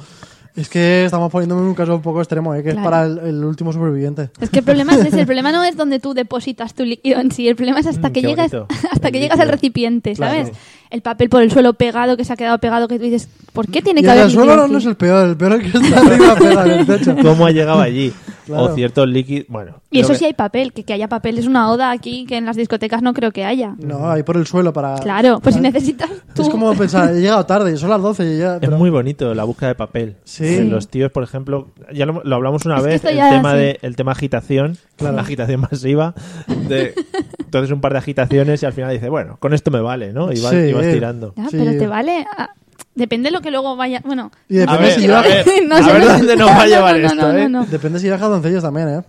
[SPEAKER 5] Es que estamos poniéndome en un caso un poco extremo, ¿eh? que es
[SPEAKER 4] Claro.
[SPEAKER 5] para el- el último superviviente.
[SPEAKER 4] Es que el problema es ese, el problema no es donde tú depositas tu líquido en sí, el problema es hasta
[SPEAKER 3] Mm,
[SPEAKER 4] que
[SPEAKER 3] qué
[SPEAKER 4] llegas
[SPEAKER 3] bonito.
[SPEAKER 4] [LAUGHS] hasta que
[SPEAKER 3] El
[SPEAKER 4] llegas al
[SPEAKER 3] líquido.
[SPEAKER 4] recipiente,
[SPEAKER 3] Claro.
[SPEAKER 4] ¿sabes? El papel por el suelo pegado que se ha quedado pegado que tú dices, ¿por qué tiene
[SPEAKER 5] Y
[SPEAKER 4] que
[SPEAKER 5] el
[SPEAKER 4] haber
[SPEAKER 5] del suelo
[SPEAKER 4] líquido
[SPEAKER 5] no,
[SPEAKER 4] aquí?
[SPEAKER 5] no es el peor, el peor es el que está [LAUGHS] arriba pegado en
[SPEAKER 3] [LAUGHS]
[SPEAKER 5] el techo.
[SPEAKER 3] ¿Cómo ha llegado allí?
[SPEAKER 5] Claro.
[SPEAKER 3] O ciertos líquidos. Bueno.
[SPEAKER 4] Y
[SPEAKER 3] creo
[SPEAKER 4] eso
[SPEAKER 3] que-
[SPEAKER 4] sí hay papel, que, que haya papel es una oda aquí que en las discotecas no creo que haya.
[SPEAKER 5] No, ahí por el suelo para...
[SPEAKER 4] Claro, pues si
[SPEAKER 5] para-
[SPEAKER 4] necesitas tú
[SPEAKER 5] Es como pensar, he llegado tarde, son las 12 y ya...
[SPEAKER 3] Es
[SPEAKER 5] pero-
[SPEAKER 3] muy bonito la búsqueda de papel.
[SPEAKER 5] Sí.
[SPEAKER 3] De Los tíos, por ejemplo, ya lo, lo hablamos una
[SPEAKER 4] Es que
[SPEAKER 3] vez,
[SPEAKER 4] esto
[SPEAKER 3] el
[SPEAKER 4] ya,
[SPEAKER 3] tema
[SPEAKER 4] sí.
[SPEAKER 3] de el tema agitación,
[SPEAKER 5] Claro.
[SPEAKER 3] la agitación masiva. De, entonces un par de agitaciones y al final dice, bueno, con esto me vale, ¿no? Y vas,
[SPEAKER 5] Sí.
[SPEAKER 3] y vas tirando.
[SPEAKER 4] Ya,
[SPEAKER 5] Sí.
[SPEAKER 4] pero te vale Ah, depende de lo que luego vaya, bueno,
[SPEAKER 5] Y depende
[SPEAKER 3] A ver,
[SPEAKER 5] si
[SPEAKER 3] a
[SPEAKER 5] baja-
[SPEAKER 3] ver,
[SPEAKER 4] no
[SPEAKER 3] a
[SPEAKER 4] sé,
[SPEAKER 3] ver
[SPEAKER 4] no sé.
[SPEAKER 3] dónde nos va a
[SPEAKER 4] No,
[SPEAKER 3] llevar
[SPEAKER 4] no, no,
[SPEAKER 3] esto,
[SPEAKER 4] no,
[SPEAKER 3] ¿eh?
[SPEAKER 4] no, no.
[SPEAKER 5] Depende si baja doncellos también, ¿eh?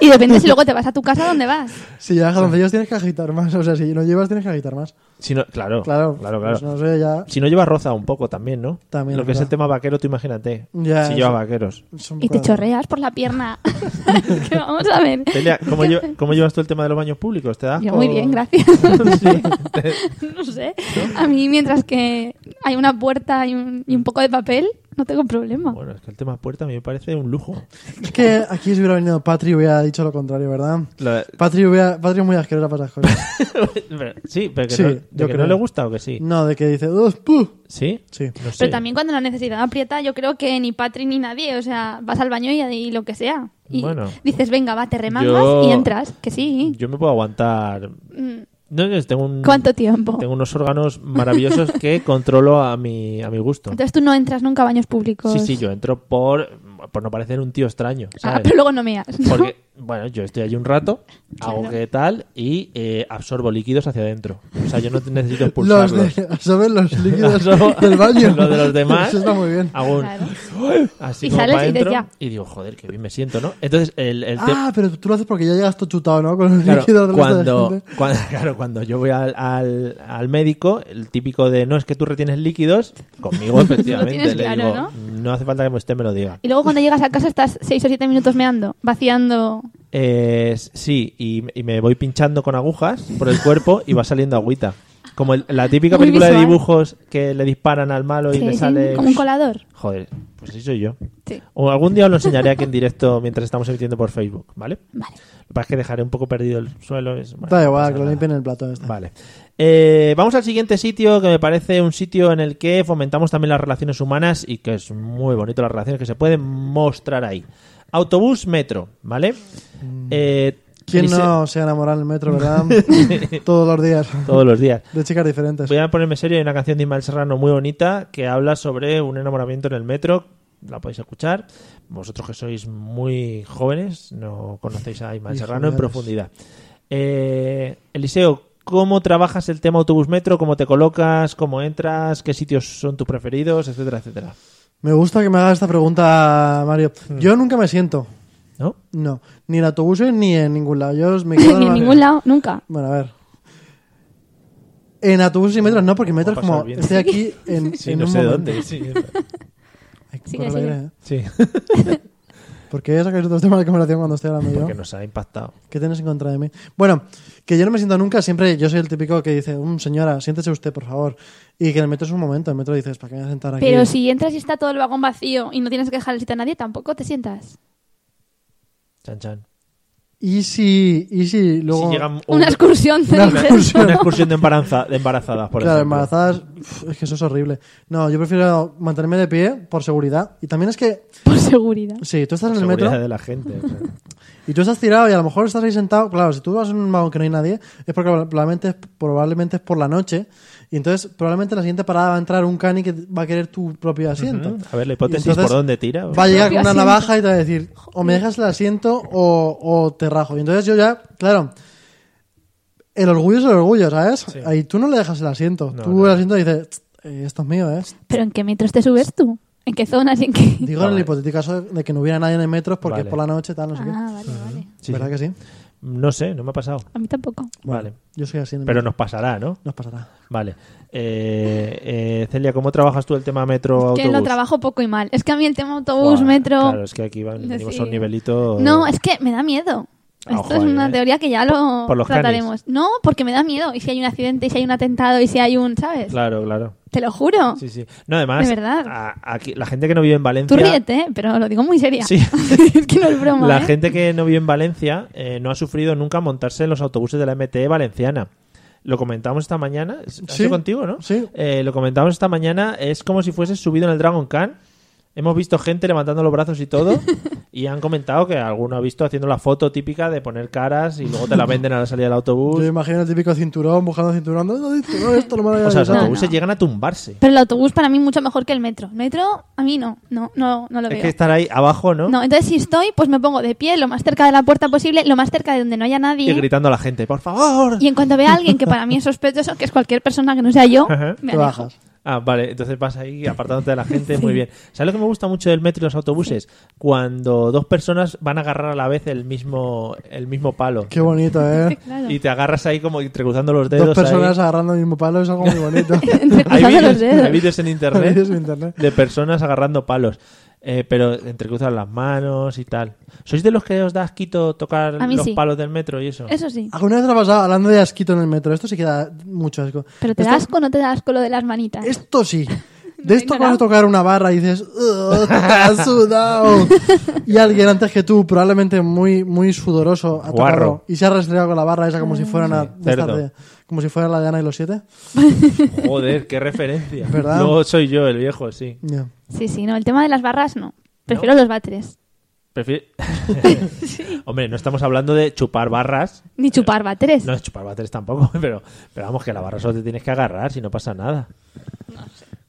[SPEAKER 4] Y depende si luego te vas a tu casa dónde vas.
[SPEAKER 5] Si baja doncellos tienes que agitar más, o sea, si no llevas tienes que agitar más.
[SPEAKER 3] Si no- claro,
[SPEAKER 5] Claro,
[SPEAKER 3] claro, claro.
[SPEAKER 5] pues no sé, ya...
[SPEAKER 3] Si no lleva roza un poco también, ¿no?
[SPEAKER 5] También
[SPEAKER 3] Lo
[SPEAKER 5] es
[SPEAKER 3] que es
[SPEAKER 5] verdad.
[SPEAKER 3] el tema vaquero, tú imagínate.
[SPEAKER 5] Ya,
[SPEAKER 3] si
[SPEAKER 5] eso.
[SPEAKER 3] lleva vaqueros.
[SPEAKER 5] es un
[SPEAKER 4] Y te
[SPEAKER 5] poco-
[SPEAKER 4] chorreas por la pierna. [LAUGHS] Es que vamos a ver.
[SPEAKER 3] Celia, ¿cómo, lle- cómo llevas tú el tema de los baños públicos? ¿Te da
[SPEAKER 4] Yo
[SPEAKER 3] asco?
[SPEAKER 4] muy bien,
[SPEAKER 3] [LAUGHS]
[SPEAKER 4] gracias. [LAUGHS]
[SPEAKER 3] Sí.
[SPEAKER 4] no sé. A mí, mientras que hay una puerta y un, y un poco de papel, no tengo problema.
[SPEAKER 3] Bueno, es que el tema puerta a mí me parece un lujo.
[SPEAKER 5] Es que aquí si hubiera venido Patri hubiera dicho lo contrario, ¿verdad?
[SPEAKER 3] La-
[SPEAKER 5] Patri, hubiera- Patri es muy asquerosa para esas cosas.
[SPEAKER 3] Pero- sí, pero que,
[SPEAKER 5] Sí,
[SPEAKER 3] no, de
[SPEAKER 5] yo
[SPEAKER 3] que
[SPEAKER 5] creo.
[SPEAKER 3] no le gusta o que sí.
[SPEAKER 5] No, de que dice... "Uf, puh".
[SPEAKER 3] ¿Sí?
[SPEAKER 5] Sí.
[SPEAKER 3] No sé.
[SPEAKER 4] Pero también cuando la necesidad aprieta, yo creo que ni Patri ni nadie, o sea, vas al baño y, y lo que sea. Y
[SPEAKER 3] Bueno.
[SPEAKER 4] dices, venga, va, te remangas
[SPEAKER 3] Yo-
[SPEAKER 4] y entras. Que sí. Mm.
[SPEAKER 3] Yo me puedo aguantar. No, no, tengo un-
[SPEAKER 4] ¿Cuánto tiempo?
[SPEAKER 3] Tengo unos órganos maravillosos
[SPEAKER 4] [LAUGHS]
[SPEAKER 3] que controlo a mi, a mi gusto.
[SPEAKER 4] Entonces tú no entras nunca a baños públicos.
[SPEAKER 3] Sí, sí, yo entro por, por no parecer un tío extraño.
[SPEAKER 4] Ah,
[SPEAKER 3] ¿sabes?
[SPEAKER 4] pero luego no meas. ¿no?
[SPEAKER 3] Porque, bueno, yo estoy allí un rato, hago que tal y eh, absorbo líquidos hacia adentro. O sea, yo no necesito
[SPEAKER 5] Los
[SPEAKER 3] expulsarlos.
[SPEAKER 5] de... [LAUGHS] ¿Sabes los
[SPEAKER 3] [LAUGHS]
[SPEAKER 5] líquidos
[SPEAKER 3] Absorbo
[SPEAKER 5] del baño?
[SPEAKER 3] [LAUGHS] Los de los demás.
[SPEAKER 5] [LAUGHS] Eso está muy bien.
[SPEAKER 3] Hago un-
[SPEAKER 4] Claro.
[SPEAKER 3] Así
[SPEAKER 4] Y
[SPEAKER 3] como
[SPEAKER 4] sales
[SPEAKER 3] pa'
[SPEAKER 4] y dices,
[SPEAKER 3] dentro,
[SPEAKER 4] ya.
[SPEAKER 3] y digo, joder, qué bien me siento, ¿no? Entonces, el, el te-
[SPEAKER 5] Ah, pero tú lo haces porque ya llegas todo chutado, ¿no? Con el
[SPEAKER 3] Claro,
[SPEAKER 5] líquido del resto de
[SPEAKER 3] cuando, [LAUGHS]
[SPEAKER 5] gente.
[SPEAKER 3] cuando- claro, cuando yo voy al, al, al médico, el típico de no es que tú retienes líquidos,
[SPEAKER 5] [LAUGHS]
[SPEAKER 3] conmigo efectivamente
[SPEAKER 4] tienes
[SPEAKER 3] le
[SPEAKER 4] claro,
[SPEAKER 3] digo,
[SPEAKER 4] ¿no?
[SPEAKER 3] no hace falta que usted me lo diga.
[SPEAKER 4] Y luego cuando llegas a casa estás 6 o 7 minutos meando, vaciando.
[SPEAKER 3] Eh, sí, y, y me voy pinchando con agujas por el cuerpo y va saliendo agüita. Como el- la típica
[SPEAKER 4] Muy
[SPEAKER 3] película de
[SPEAKER 4] visual.
[SPEAKER 3] dibujos que le disparan al malo y
[SPEAKER 4] Sí,
[SPEAKER 3] le
[SPEAKER 4] sí,
[SPEAKER 3] sale...
[SPEAKER 4] como un colador.
[SPEAKER 3] Joder, pues sí soy yo.
[SPEAKER 4] [LAUGHS] Sí.
[SPEAKER 3] O algún día os lo enseñaré aquí en directo mientras estamos emitiendo por Facebook, ¿vale?
[SPEAKER 4] Vale.
[SPEAKER 3] Lo que pasa es que dejaré un poco perdido el suelo. es- bueno,
[SPEAKER 5] Da
[SPEAKER 3] no
[SPEAKER 5] igual,
[SPEAKER 3] pasa
[SPEAKER 5] que lo
[SPEAKER 3] nada.
[SPEAKER 5] limpien el plato este.
[SPEAKER 3] Vale. Eh, vamos al siguiente sitio que me parece un sitio en el que fomentamos también las relaciones humanas y que es muy bonito las relaciones que se pueden mostrar ahí. Autobús, metro, ¿vale? Eh,
[SPEAKER 5] Mm. ¿Quién
[SPEAKER 3] Elise-
[SPEAKER 5] no se ha enamorado en
[SPEAKER 3] [LAUGHS]
[SPEAKER 5] el metro, verdad? Todos los días.
[SPEAKER 3] Todos los días.
[SPEAKER 5] De chicas diferentes.
[SPEAKER 3] Voy a ponerme serio, hay una canción de Ismael Serrano muy bonita que habla sobre un enamoramiento en el metro. La podéis escuchar. Vosotros que sois muy jóvenes, no conocéis a
[SPEAKER 5] [LAUGHS]
[SPEAKER 3] Ismael
[SPEAKER 5] Y
[SPEAKER 3] Serrano en
[SPEAKER 5] jóvenes.
[SPEAKER 3] profundidad. Eh, Eliseo, ¿cómo trabajas el tema autobús-metro? ¿Cómo te colocas? ¿Cómo entras? ¿Qué sitios son tus preferidos? Etcétera, etcétera.
[SPEAKER 5] Me gusta que me hagas esta pregunta, Mario.
[SPEAKER 3] Hmm.
[SPEAKER 5] Yo nunca me siento.
[SPEAKER 3] ¿No?
[SPEAKER 5] No. Ni en autobuses ni en ningún lado. Yo me quedo
[SPEAKER 4] [LAUGHS] Ni en
[SPEAKER 5] normal-
[SPEAKER 4] ningún lado, nunca.
[SPEAKER 5] Bueno, a ver. En autobuses y metros no, porque metros
[SPEAKER 3] Como
[SPEAKER 5] como...
[SPEAKER 3] pasar bien.
[SPEAKER 5] Estoy aquí
[SPEAKER 3] [LAUGHS]
[SPEAKER 5] en,
[SPEAKER 3] Sí,
[SPEAKER 5] en
[SPEAKER 3] no
[SPEAKER 5] un
[SPEAKER 3] sé
[SPEAKER 5] momento.
[SPEAKER 3] dónde. Sí.
[SPEAKER 5] [LAUGHS] Ay, qué
[SPEAKER 4] Sigue,
[SPEAKER 5] cosa
[SPEAKER 4] sigue.
[SPEAKER 5] que eres, ¿eh?
[SPEAKER 3] sí.
[SPEAKER 5] ¿Por qué sacáis otros temas de conversación cuando estoy hablando yo?
[SPEAKER 3] Porque nos ha impactado.
[SPEAKER 5] ¿Qué tienes en contra de mí? Bueno, que yo no me siento nunca, siempre yo soy el típico que dice, "Mm, señora, siéntese usted, por favor. Y que en el metro es un momento, en el metro dices, ¿para qué me voy a sentar aquí?
[SPEAKER 4] Pero si entras y está todo el vagón vacío y no tienes que dejar el sitio a nadie, tampoco te sientas.
[SPEAKER 3] Chan, chan.
[SPEAKER 5] Y si, y si luego...
[SPEAKER 3] Si llegan un-
[SPEAKER 4] Una excursión.
[SPEAKER 3] [LAUGHS]
[SPEAKER 5] Una
[SPEAKER 4] dices.
[SPEAKER 5] excursión.
[SPEAKER 3] una excursión de, embaranza- de embarazadas, por
[SPEAKER 5] claro,
[SPEAKER 3] ejemplo.
[SPEAKER 5] embarazadas Uf, Es que eso es horrible. No, yo prefiero mantenerme de pie por seguridad. Y también es que,
[SPEAKER 4] Por seguridad.
[SPEAKER 5] sí, tú estás en el
[SPEAKER 3] Seguridad
[SPEAKER 5] metro
[SPEAKER 3] de la gente. claro.
[SPEAKER 5] y tú estás tirado y a lo mejor estás ahí sentado. Claro, si tú vas en un vagón que no hay nadie, es porque probablemente, probablemente es por la noche. Y entonces, probablemente en la siguiente parada va a entrar un cani que va a querer tu propio asiento.
[SPEAKER 3] Ujú. A ver, la hipótesis
[SPEAKER 5] Y entonces
[SPEAKER 3] por dónde tira.
[SPEAKER 5] Va a llegar con
[SPEAKER 4] Propio
[SPEAKER 5] una
[SPEAKER 4] asiento.
[SPEAKER 5] navaja y te va a decir, o me dejas el asiento o, o te rajo. Y entonces yo ya, claro, el orgullo es el orgullo, ¿sabes? Ahí tú no le dejas el asiento.
[SPEAKER 3] No,
[SPEAKER 5] tú
[SPEAKER 3] no.
[SPEAKER 5] el asiento dices, "Tsk, eh, esto es mío, ¿eh?
[SPEAKER 4] ¿Pero en qué metros te subes tú? ¿En qué zonas y en qué...?
[SPEAKER 5] Digo en
[SPEAKER 3] Vale.
[SPEAKER 5] el hipotético caso de que no hubiera nadie en el metro porque
[SPEAKER 3] Vale.
[SPEAKER 5] es por la noche, tal, no sé
[SPEAKER 4] Ah, vale, vale.
[SPEAKER 5] qué.
[SPEAKER 3] Sí,
[SPEAKER 5] ¿Verdad
[SPEAKER 3] sí.
[SPEAKER 5] que sí?
[SPEAKER 3] No sé, no me ha pasado.
[SPEAKER 4] A mí tampoco.
[SPEAKER 3] Vale.
[SPEAKER 5] Yo soy así. en el
[SPEAKER 3] Pero
[SPEAKER 5] metro.
[SPEAKER 3] nos pasará, ¿no?
[SPEAKER 5] Nos pasará.
[SPEAKER 3] Vale. Eh, eh, Celia, ¿cómo trabajas tú el tema metro-autobús?
[SPEAKER 4] Que lo trabajo poco y mal. Es que a mí el tema autobús,
[SPEAKER 3] Buah,
[SPEAKER 4] metro...
[SPEAKER 3] Claro, es que aquí van- venimos
[SPEAKER 4] Sí.
[SPEAKER 3] a un nivelito.
[SPEAKER 4] No, es que me da miedo.
[SPEAKER 3] Ah,
[SPEAKER 4] Esto
[SPEAKER 3] joder,
[SPEAKER 4] es una
[SPEAKER 3] eh.
[SPEAKER 4] teoría que ya lo
[SPEAKER 3] Por los
[SPEAKER 4] trataremos. No, porque me da miedo. Y si hay un accidente, y si hay un atentado, y si hay un, ¿sabes?
[SPEAKER 3] Claro, claro.
[SPEAKER 4] Te lo juro.
[SPEAKER 3] Sí, sí. No, además,
[SPEAKER 4] De verdad.
[SPEAKER 3] a- aquí, la gente que no vive en Valencia.
[SPEAKER 4] Tú ríete, ¿eh? pero lo digo muy seria.
[SPEAKER 3] Sí.
[SPEAKER 4] [LAUGHS] es que no es broma.
[SPEAKER 3] La
[SPEAKER 4] ¿eh?
[SPEAKER 3] gente que no vive en Valencia eh, no ha sufrido nunca montarse en los autobuses de la MTE valenciana. Lo comentamos esta mañana. ¿Has
[SPEAKER 5] Sí.
[SPEAKER 3] sido contigo, no?
[SPEAKER 5] Sí.
[SPEAKER 3] Eh, lo comentamos esta mañana. Es como si fueses subido en el Dragon Khan. Hemos visto gente levantando los brazos y
[SPEAKER 4] [LAUGHS]
[SPEAKER 3] todo. y han comentado que alguno ha visto haciendo la foto típica de poner caras y luego te la venden a la salida del autobús.
[SPEAKER 5] Yo imagino el típico cinturón, buscando cinturón. No, no, cinturón, esto lo me lo había
[SPEAKER 3] O sea, los
[SPEAKER 5] avisado.
[SPEAKER 4] no.
[SPEAKER 3] autobuses llegan a tumbarse.
[SPEAKER 4] Pero el autobús para mí mucho mejor que el metro. El metro, a mí no. No, no, no lo
[SPEAKER 3] Es
[SPEAKER 4] veo.
[SPEAKER 3] que estar ahí abajo, ¿no?
[SPEAKER 4] No, entonces si estoy, pues me pongo de pie lo más cerca de la puerta posible, lo más cerca de donde no haya nadie.
[SPEAKER 3] Y gritando a la gente, por favor.
[SPEAKER 4] Y en cuanto vea a alguien que para mí es sospechoso, que es cualquier persona que no sea yo,
[SPEAKER 3] Ajá.
[SPEAKER 4] me
[SPEAKER 5] Te
[SPEAKER 4] alejo. [LAUGHS]
[SPEAKER 5] bajas.
[SPEAKER 3] Ah, vale, entonces vas ahí apartándote de la gente, muy bien. ¿Sabes lo que me gusta mucho del metro y los autobuses? Cuando dos personas van a agarrar a la vez el mismo, el mismo palo.
[SPEAKER 5] Qué bonito, ¿eh?
[SPEAKER 4] Claro.
[SPEAKER 3] Y te agarras ahí como entrecruzando los [LAUGHS] dedos.
[SPEAKER 5] Dos personas
[SPEAKER 3] ahí.
[SPEAKER 5] agarrando el mismo palo es algo muy
[SPEAKER 3] [LAUGHS]
[SPEAKER 5] bonito.
[SPEAKER 3] Hay
[SPEAKER 4] Entrecruzando
[SPEAKER 3] vídeos-
[SPEAKER 4] los dedos.
[SPEAKER 3] hay vídeos en
[SPEAKER 5] Hay vídeos en
[SPEAKER 3] internet
[SPEAKER 5] internet.
[SPEAKER 3] de personas agarrando palos. Eh, pero entrecruzan las manos y tal. ¿Sois de los que os da asquito tocar
[SPEAKER 4] A mí
[SPEAKER 3] los
[SPEAKER 4] sí.
[SPEAKER 3] palos del metro y eso?
[SPEAKER 4] Eso sí.
[SPEAKER 5] ¿Alguna vez te lo has pasado hablando de asquito en el metro? Esto sí que da mucho asco.
[SPEAKER 4] Pero te
[SPEAKER 5] Esto-
[SPEAKER 4] das asco o no te das asco lo de las manitas.
[SPEAKER 5] [LAUGHS] Esto sí. De esto
[SPEAKER 4] No,
[SPEAKER 5] vas
[SPEAKER 4] no.
[SPEAKER 5] a tocar una barra y dices, "Ugh,
[SPEAKER 3] [LAUGHS]
[SPEAKER 5] has sudado. y alguien antes que tú, probablemente muy, muy sudoroso, ha tocado
[SPEAKER 3] Guarro.
[SPEAKER 5] y se ha rastreado con la barra esa como si fuera una de estas
[SPEAKER 3] cerdo.
[SPEAKER 5] de- como si fuera la de Ana y los siete.
[SPEAKER 3] Joder, qué referencia.
[SPEAKER 5] [LAUGHS] ¿Verdad?
[SPEAKER 3] No soy yo el viejo,
[SPEAKER 5] [LAUGHS]
[SPEAKER 3] sí.
[SPEAKER 5] Ya.
[SPEAKER 4] Sí, sí, no, el tema de las barras no. Prefiero los batres.
[SPEAKER 3] Prefiero- [LAUGHS] Hombre, no estamos hablando de chupar barras.
[SPEAKER 4] Ni chupar batres.
[SPEAKER 3] No es chupar bateres tampoco, [LAUGHS] pero, pero vamos, que la barra solo te tienes que agarrar si no pasa nada.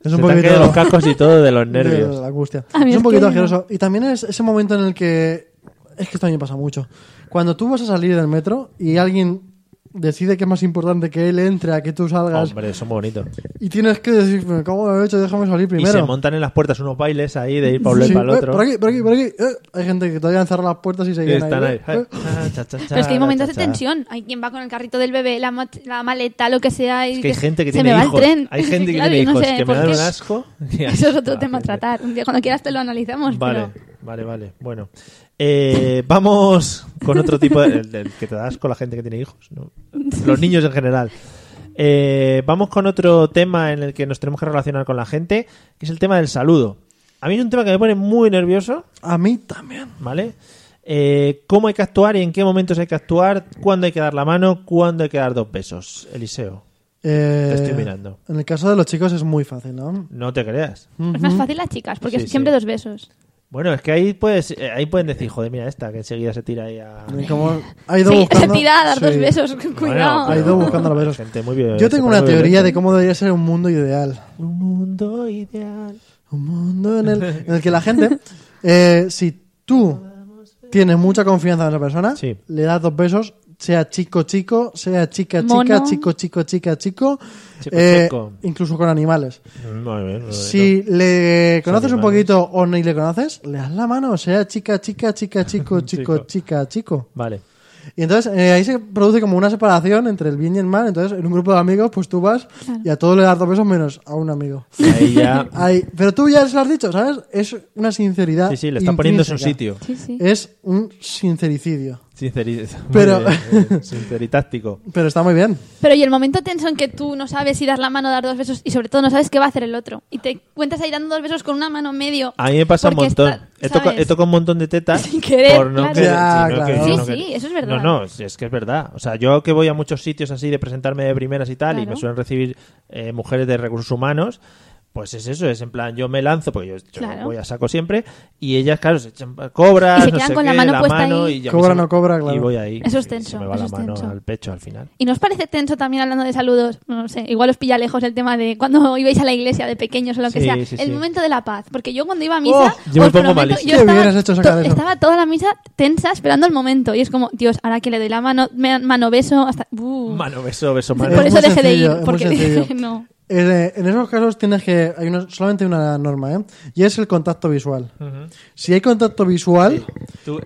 [SPEAKER 5] Es
[SPEAKER 3] Se
[SPEAKER 5] un
[SPEAKER 3] te han
[SPEAKER 5] poquito
[SPEAKER 3] caído los
[SPEAKER 5] [LAUGHS]
[SPEAKER 3] cascos y todo de los
[SPEAKER 5] de
[SPEAKER 3] nervios.
[SPEAKER 5] la angustia.
[SPEAKER 4] A mí
[SPEAKER 5] Es
[SPEAKER 4] es
[SPEAKER 5] un poquito
[SPEAKER 4] que-
[SPEAKER 5] asqueroso. Y también es ese momento en el que es que esto a mí me pasa mucho. Cuando tú vas a salir del metro y alguien decide que es más importante que él entre a que tú salgas
[SPEAKER 3] Hombre, son bonitos.
[SPEAKER 5] y tienes que decir, "Me cago en la leche, déjame salir
[SPEAKER 3] Y
[SPEAKER 5] primero."
[SPEAKER 3] se montan en las puertas unos bailes ahí de ir para un lado y
[SPEAKER 5] Sí,
[SPEAKER 3] para el
[SPEAKER 5] eh,
[SPEAKER 3] otro.
[SPEAKER 5] por aquí, por aquí, por aquí. eh. hay gente que todavía han cerrado las puertas y
[SPEAKER 3] Y
[SPEAKER 5] se
[SPEAKER 3] están ahí.
[SPEAKER 5] eh,
[SPEAKER 3] Pero
[SPEAKER 5] eh.
[SPEAKER 4] Pero es que hay momentos de tensión. Hay quien va con el carrito del bebé, la, ma- la maleta, lo que sea. Y
[SPEAKER 3] Es que hay gente que
[SPEAKER 4] se
[SPEAKER 3] tiene
[SPEAKER 4] me
[SPEAKER 3] hijos.
[SPEAKER 4] va el tren.
[SPEAKER 3] Hay gente que
[SPEAKER 4] Claro,
[SPEAKER 3] tiene
[SPEAKER 4] [LAUGHS] yo no
[SPEAKER 3] hijos
[SPEAKER 4] sé
[SPEAKER 3] que me
[SPEAKER 4] por
[SPEAKER 3] dan
[SPEAKER 4] qué.
[SPEAKER 3] un asco.
[SPEAKER 4] [LAUGHS] Eso es otro
[SPEAKER 3] La
[SPEAKER 4] tema a
[SPEAKER 3] gente.
[SPEAKER 4] tratar. Un día cuando quieras te lo analizamos.
[SPEAKER 3] Vale,
[SPEAKER 4] pero-
[SPEAKER 3] vale, vale. Bueno, Eh, vamos con otro tipo de. El, del que te das con la gente que tiene hijos, ¿no? los niños en general. Eh, vamos con otro tema en el que nos tenemos que relacionar con la gente, que es el tema del saludo. A mí es un tema que me pone muy nervioso,
[SPEAKER 5] A mí también.
[SPEAKER 3] ¿vale? Eh, ¿Cómo hay que actuar y en qué momentos hay que actuar? ¿Cuándo hay que dar la mano? ¿Cuándo hay que dar dos besos? Eliseo,
[SPEAKER 5] Eh,
[SPEAKER 3] Te estoy mirando.
[SPEAKER 5] En el caso de los chicos es muy fácil, ¿no?
[SPEAKER 3] no te creas.
[SPEAKER 4] Es más fácil las chicas, porque
[SPEAKER 3] Sí,
[SPEAKER 4] es siempre
[SPEAKER 3] sí.
[SPEAKER 4] dos besos.
[SPEAKER 3] Bueno, es que ahí, puedes, eh, ahí pueden decir, joder, mira esta, que enseguida se tira ahí a...
[SPEAKER 5] Y como ha ido
[SPEAKER 4] Sí, [LAUGHS] se
[SPEAKER 5] buscando-
[SPEAKER 4] tira a dar dos
[SPEAKER 5] Sí.
[SPEAKER 4] besos. [LAUGHS] Cuidado.
[SPEAKER 5] Ha
[SPEAKER 3] pero-
[SPEAKER 5] ido buscando los besos.
[SPEAKER 3] Gente muy bien,
[SPEAKER 5] Yo tengo una
[SPEAKER 3] muy bien.
[SPEAKER 5] teoría de cómo debería ser un mundo ideal.
[SPEAKER 3] Un mundo ideal.
[SPEAKER 5] Un mundo en el, en el que la gente, eh, si tú tienes mucha confianza en esa persona,
[SPEAKER 3] Sí.
[SPEAKER 5] le das dos besos, sea chico, chico, sea chica, chica,
[SPEAKER 4] Mono.
[SPEAKER 5] chico, chico, chica, chico,
[SPEAKER 3] Chico,
[SPEAKER 5] eh,
[SPEAKER 3] chico.
[SPEAKER 5] incluso con animales.
[SPEAKER 3] Muy bien, muy bien.
[SPEAKER 5] Si le conoces un
[SPEAKER 3] animales.
[SPEAKER 5] poquito o ni le conoces, le das la mano, sea chica, chica,
[SPEAKER 3] [LAUGHS]
[SPEAKER 5] chica, chico, chico,
[SPEAKER 3] Chico.
[SPEAKER 5] chica, chico.
[SPEAKER 3] Vale.
[SPEAKER 5] Y entonces eh, ahí se produce como una separación entre el bien y el mal. Entonces, en un grupo de amigos, pues tú vas y a todos le das dos besos menos a un amigo.
[SPEAKER 3] Ahí
[SPEAKER 5] [LAUGHS]
[SPEAKER 3] ya.
[SPEAKER 5] Ay, pero tú ya se lo has dicho, ¿sabes? Es una sinceridad.
[SPEAKER 3] Sí, sí, le está poniendo en su sitio.
[SPEAKER 5] intrínseca.
[SPEAKER 4] Sí, sí.
[SPEAKER 5] Es un sincericidio.
[SPEAKER 3] Sinceridad. eh,
[SPEAKER 5] Pero-
[SPEAKER 3] sinceritáctico.
[SPEAKER 5] Pero está muy bien.
[SPEAKER 4] Pero y el momento tenso en que tú no sabes si dar la mano, dar dos besos y sobre todo no sabes qué va a hacer el otro. Y te cuentas ahí dando dos besos con una mano medio.
[SPEAKER 3] A mí me pasa un
[SPEAKER 4] porque
[SPEAKER 3] montón.
[SPEAKER 4] está-
[SPEAKER 3] he, toca-
[SPEAKER 4] ¿sabes?
[SPEAKER 3] he tocado un montón de tetas.
[SPEAKER 4] [LAUGHS] Sin querer,
[SPEAKER 3] por no
[SPEAKER 4] claro.
[SPEAKER 3] querer,
[SPEAKER 5] Ya,
[SPEAKER 3] sino
[SPEAKER 5] claro.
[SPEAKER 3] que-
[SPEAKER 5] Sí,
[SPEAKER 3] no
[SPEAKER 4] sí,
[SPEAKER 3] querer.
[SPEAKER 4] eso es verdad.
[SPEAKER 3] No, no, es es que es verdad. O sea, yo que voy a muchos sitios así de presentarme de primeras y tal, y
[SPEAKER 4] Claro.
[SPEAKER 3] me suelen recibir eh, mujeres de recursos humanos. Pues es eso, es en plan, yo me lanzo, porque yo, yo
[SPEAKER 4] Claro.
[SPEAKER 3] voy a saco siempre, y ellas, claro, se echan cobras,
[SPEAKER 4] Y se
[SPEAKER 3] no
[SPEAKER 4] quedan
[SPEAKER 3] sé
[SPEAKER 4] con la
[SPEAKER 3] qué,
[SPEAKER 4] mano puesta ahí.
[SPEAKER 3] y ya
[SPEAKER 5] Cobra,
[SPEAKER 3] me-
[SPEAKER 5] no cobra, claro.
[SPEAKER 3] Y voy ahí.
[SPEAKER 4] Eso es
[SPEAKER 3] y
[SPEAKER 4] tenso,
[SPEAKER 3] Se me va
[SPEAKER 4] eso
[SPEAKER 3] la
[SPEAKER 4] es
[SPEAKER 3] mano
[SPEAKER 4] tenso.
[SPEAKER 3] al pecho al final.
[SPEAKER 4] ¿Y nos parece tenso también hablando de saludos? No sé, igual os pilla lejos el tema de cuando [LAUGHS] ibais a la iglesia de pequeños o lo que
[SPEAKER 3] Sí,
[SPEAKER 4] sea.
[SPEAKER 3] sí,
[SPEAKER 4] el
[SPEAKER 3] sí.
[SPEAKER 4] momento de la paz. Porque yo cuando iba a misa.
[SPEAKER 3] Oh, yo me pongo
[SPEAKER 4] os prometo,
[SPEAKER 3] malísimo.
[SPEAKER 5] Qué
[SPEAKER 4] Yo estaba,
[SPEAKER 5] bien has hecho sacar
[SPEAKER 4] to-
[SPEAKER 5] eso.
[SPEAKER 4] estaba toda la misa tensa esperando el momento. Y es como, Dios, ahora que le doy la mano, me- mano beso, hasta. uh.
[SPEAKER 3] Mano, beso, beso,
[SPEAKER 4] Por
[SPEAKER 3] mano.
[SPEAKER 5] Es
[SPEAKER 4] eso
[SPEAKER 5] muy
[SPEAKER 4] dejé de
[SPEAKER 5] sencillo, es
[SPEAKER 4] ir.
[SPEAKER 5] muy
[SPEAKER 4] Porque
[SPEAKER 5] sencillo.
[SPEAKER 4] dije, [LAUGHS] no.
[SPEAKER 5] Eh, en esos casos tienes que. Hay una- solamente una norma, ¿eh? Y es el contacto visual. Si hay contacto visual.
[SPEAKER 3] Tú-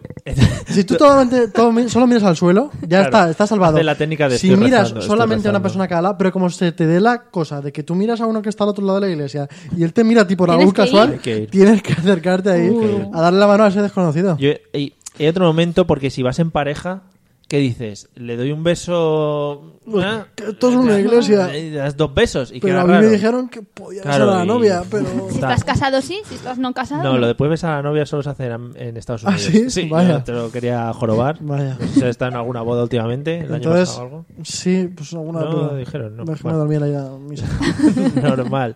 [SPEAKER 5] Si tú totalmente- todo- solo miras al suelo, ya
[SPEAKER 3] Claro.
[SPEAKER 5] está, está salvado.
[SPEAKER 3] Hace la técnica de
[SPEAKER 5] si
[SPEAKER 3] estoy
[SPEAKER 5] miras
[SPEAKER 3] rezando, estoy
[SPEAKER 5] solamente a una
[SPEAKER 3] rezando.
[SPEAKER 5] persona cada lado, pero como se te dé la cosa de que tú miras a uno que está al otro lado de la iglesia y él te mira a ti por
[SPEAKER 4] Tienes
[SPEAKER 5] algún
[SPEAKER 4] que ir.
[SPEAKER 5] casual,
[SPEAKER 3] Hay que ir.
[SPEAKER 5] tienes que acercarte ahí
[SPEAKER 4] Uh.
[SPEAKER 5] a darle la mano a ese desconocido.
[SPEAKER 3] Yo- y, y hay otro momento porque si vas en pareja, ¿qué dices? Le doy un beso. ¿Ah?
[SPEAKER 5] que esto es una iglesia.
[SPEAKER 3] Le das dos besos y
[SPEAKER 5] pero
[SPEAKER 3] queda
[SPEAKER 5] a mí
[SPEAKER 3] raro.
[SPEAKER 5] me dijeron que podía
[SPEAKER 3] Claro,
[SPEAKER 5] ser a la
[SPEAKER 3] y-
[SPEAKER 5] novia,
[SPEAKER 3] [LAUGHS]
[SPEAKER 5] pero.
[SPEAKER 4] Si
[SPEAKER 3] Está-
[SPEAKER 4] estás casado, sí. Si estás no casado.
[SPEAKER 3] No,
[SPEAKER 4] no.
[SPEAKER 3] lo de puedes besar a la novia solo se hace en, en Estados
[SPEAKER 5] ¿Ah,
[SPEAKER 3] Unidos.
[SPEAKER 5] sí? Vaya.
[SPEAKER 3] yo te lo quería jorobar.
[SPEAKER 5] [LAUGHS] Vaya.
[SPEAKER 3] No sé si has estado en alguna boda últimamente, el año
[SPEAKER 5] Entonces,
[SPEAKER 3] pasado o algo. [LAUGHS]
[SPEAKER 5] sí, pues alguna
[SPEAKER 3] No,
[SPEAKER 5] duda.
[SPEAKER 3] dijeron, no. pues
[SPEAKER 5] Es que
[SPEAKER 3] Bueno.
[SPEAKER 5] me dormí en la misa.
[SPEAKER 3] Normal.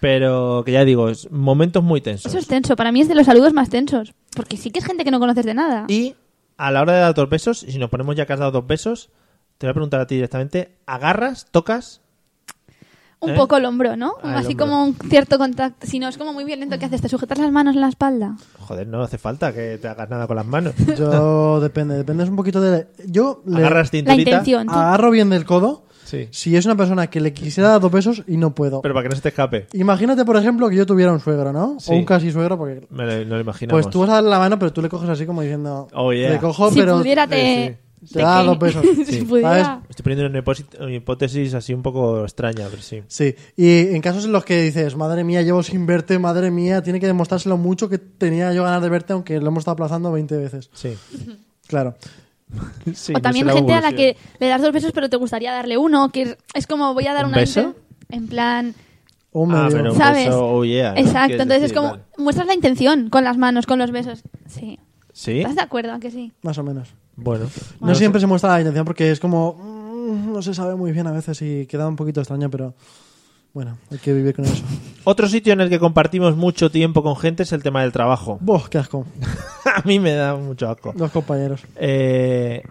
[SPEAKER 3] Pero que ya digo, es momentos muy tensos.
[SPEAKER 4] Eso es tenso. Para mí es de los saludos más tensos. Porque sí que es gente que no conoces de nada.
[SPEAKER 3] Y a la hora de dar dos besos, y si nos ponemos ya que has dado dos besos, te voy a preguntar a ti directamente: ¿agarras, tocas?
[SPEAKER 4] Un
[SPEAKER 3] ¿Eh?
[SPEAKER 4] poco el hombro, ¿no?
[SPEAKER 3] Ah, el
[SPEAKER 4] Así
[SPEAKER 3] hombro.
[SPEAKER 4] como un cierto contacto. Si no, es como muy violento que haces, te sujetas las manos en la espalda.
[SPEAKER 3] Joder, no hace falta que te hagas nada con las manos.
[SPEAKER 5] Yo [LAUGHS] depende, depende un poquito de. Yo le
[SPEAKER 3] Agarras cinturita.
[SPEAKER 4] La intención.
[SPEAKER 5] agarro bien del codo.
[SPEAKER 3] Sí.
[SPEAKER 5] Si es una persona que le quisiera dar dos besos y no puedo.
[SPEAKER 3] Pero para que no se te escape.
[SPEAKER 5] Imagínate, por ejemplo, que yo tuviera un suegro, ¿no?
[SPEAKER 3] Sí.
[SPEAKER 5] O un casi suegro, porque.
[SPEAKER 3] Me lo, no lo imaginamos.
[SPEAKER 5] Pues tú vas a darle la mano, pero tú le coges así como diciendo.
[SPEAKER 3] Oh, yeah.
[SPEAKER 5] Le cojo,
[SPEAKER 4] si
[SPEAKER 5] pero.
[SPEAKER 4] pudiera, te.
[SPEAKER 3] eh,
[SPEAKER 5] sí. Te da
[SPEAKER 4] que-
[SPEAKER 5] dos besos.
[SPEAKER 4] [LAUGHS] si
[SPEAKER 5] Sí.
[SPEAKER 4] pudiera.
[SPEAKER 5] ¿Sabes?
[SPEAKER 3] Estoy poniendo una hipótesis, una hipótesis así un poco extraña, pero sí.
[SPEAKER 5] Sí. Y en casos en los que dices, madre mía, llevo sin verte, madre mía, tiene que demostrárselo mucho que tenía yo ganas de verte, aunque lo hemos estado aplazando 20 veces.
[SPEAKER 3] Sí.
[SPEAKER 5] Claro.
[SPEAKER 3] [LAUGHS] Sí,
[SPEAKER 4] o también
[SPEAKER 3] no sé
[SPEAKER 4] gente a la
[SPEAKER 3] evolución.
[SPEAKER 4] que le das dos besos, pero te gustaría darle uno. Que es- es como voy a dar
[SPEAKER 3] ¿Un
[SPEAKER 4] una.
[SPEAKER 3] beso?
[SPEAKER 4] inten- En plan.
[SPEAKER 5] O
[SPEAKER 3] Ah,
[SPEAKER 5] medio.
[SPEAKER 3] pero un
[SPEAKER 4] ¿Sabes?
[SPEAKER 3] beso, oh, yeah, ¿no?
[SPEAKER 4] Exacto.
[SPEAKER 3] Quieres
[SPEAKER 4] Entonces es
[SPEAKER 3] decir,
[SPEAKER 4] como.
[SPEAKER 3] vale.
[SPEAKER 4] Muestras la intención con las manos, con los besos. Sí.
[SPEAKER 3] ¿Sí?
[SPEAKER 4] ¿Estás de acuerdo? ¿A que sí?
[SPEAKER 5] Más o menos.
[SPEAKER 3] Bueno. pues-
[SPEAKER 5] No siempre se muestra la intención porque es como. mm, No se sabe muy bien a veces y queda un poquito extraño, pero. Bueno, hay que vivir
[SPEAKER 3] [LAUGHS]
[SPEAKER 5] con eso.
[SPEAKER 3] Otro sitio en el que compartimos mucho tiempo con gente es el tema del trabajo. [LAUGHS]
[SPEAKER 5] ¡Boh! ¡Qué asco!
[SPEAKER 3] a mí me da mucho asco.
[SPEAKER 5] Los compañeros.
[SPEAKER 3] Eh,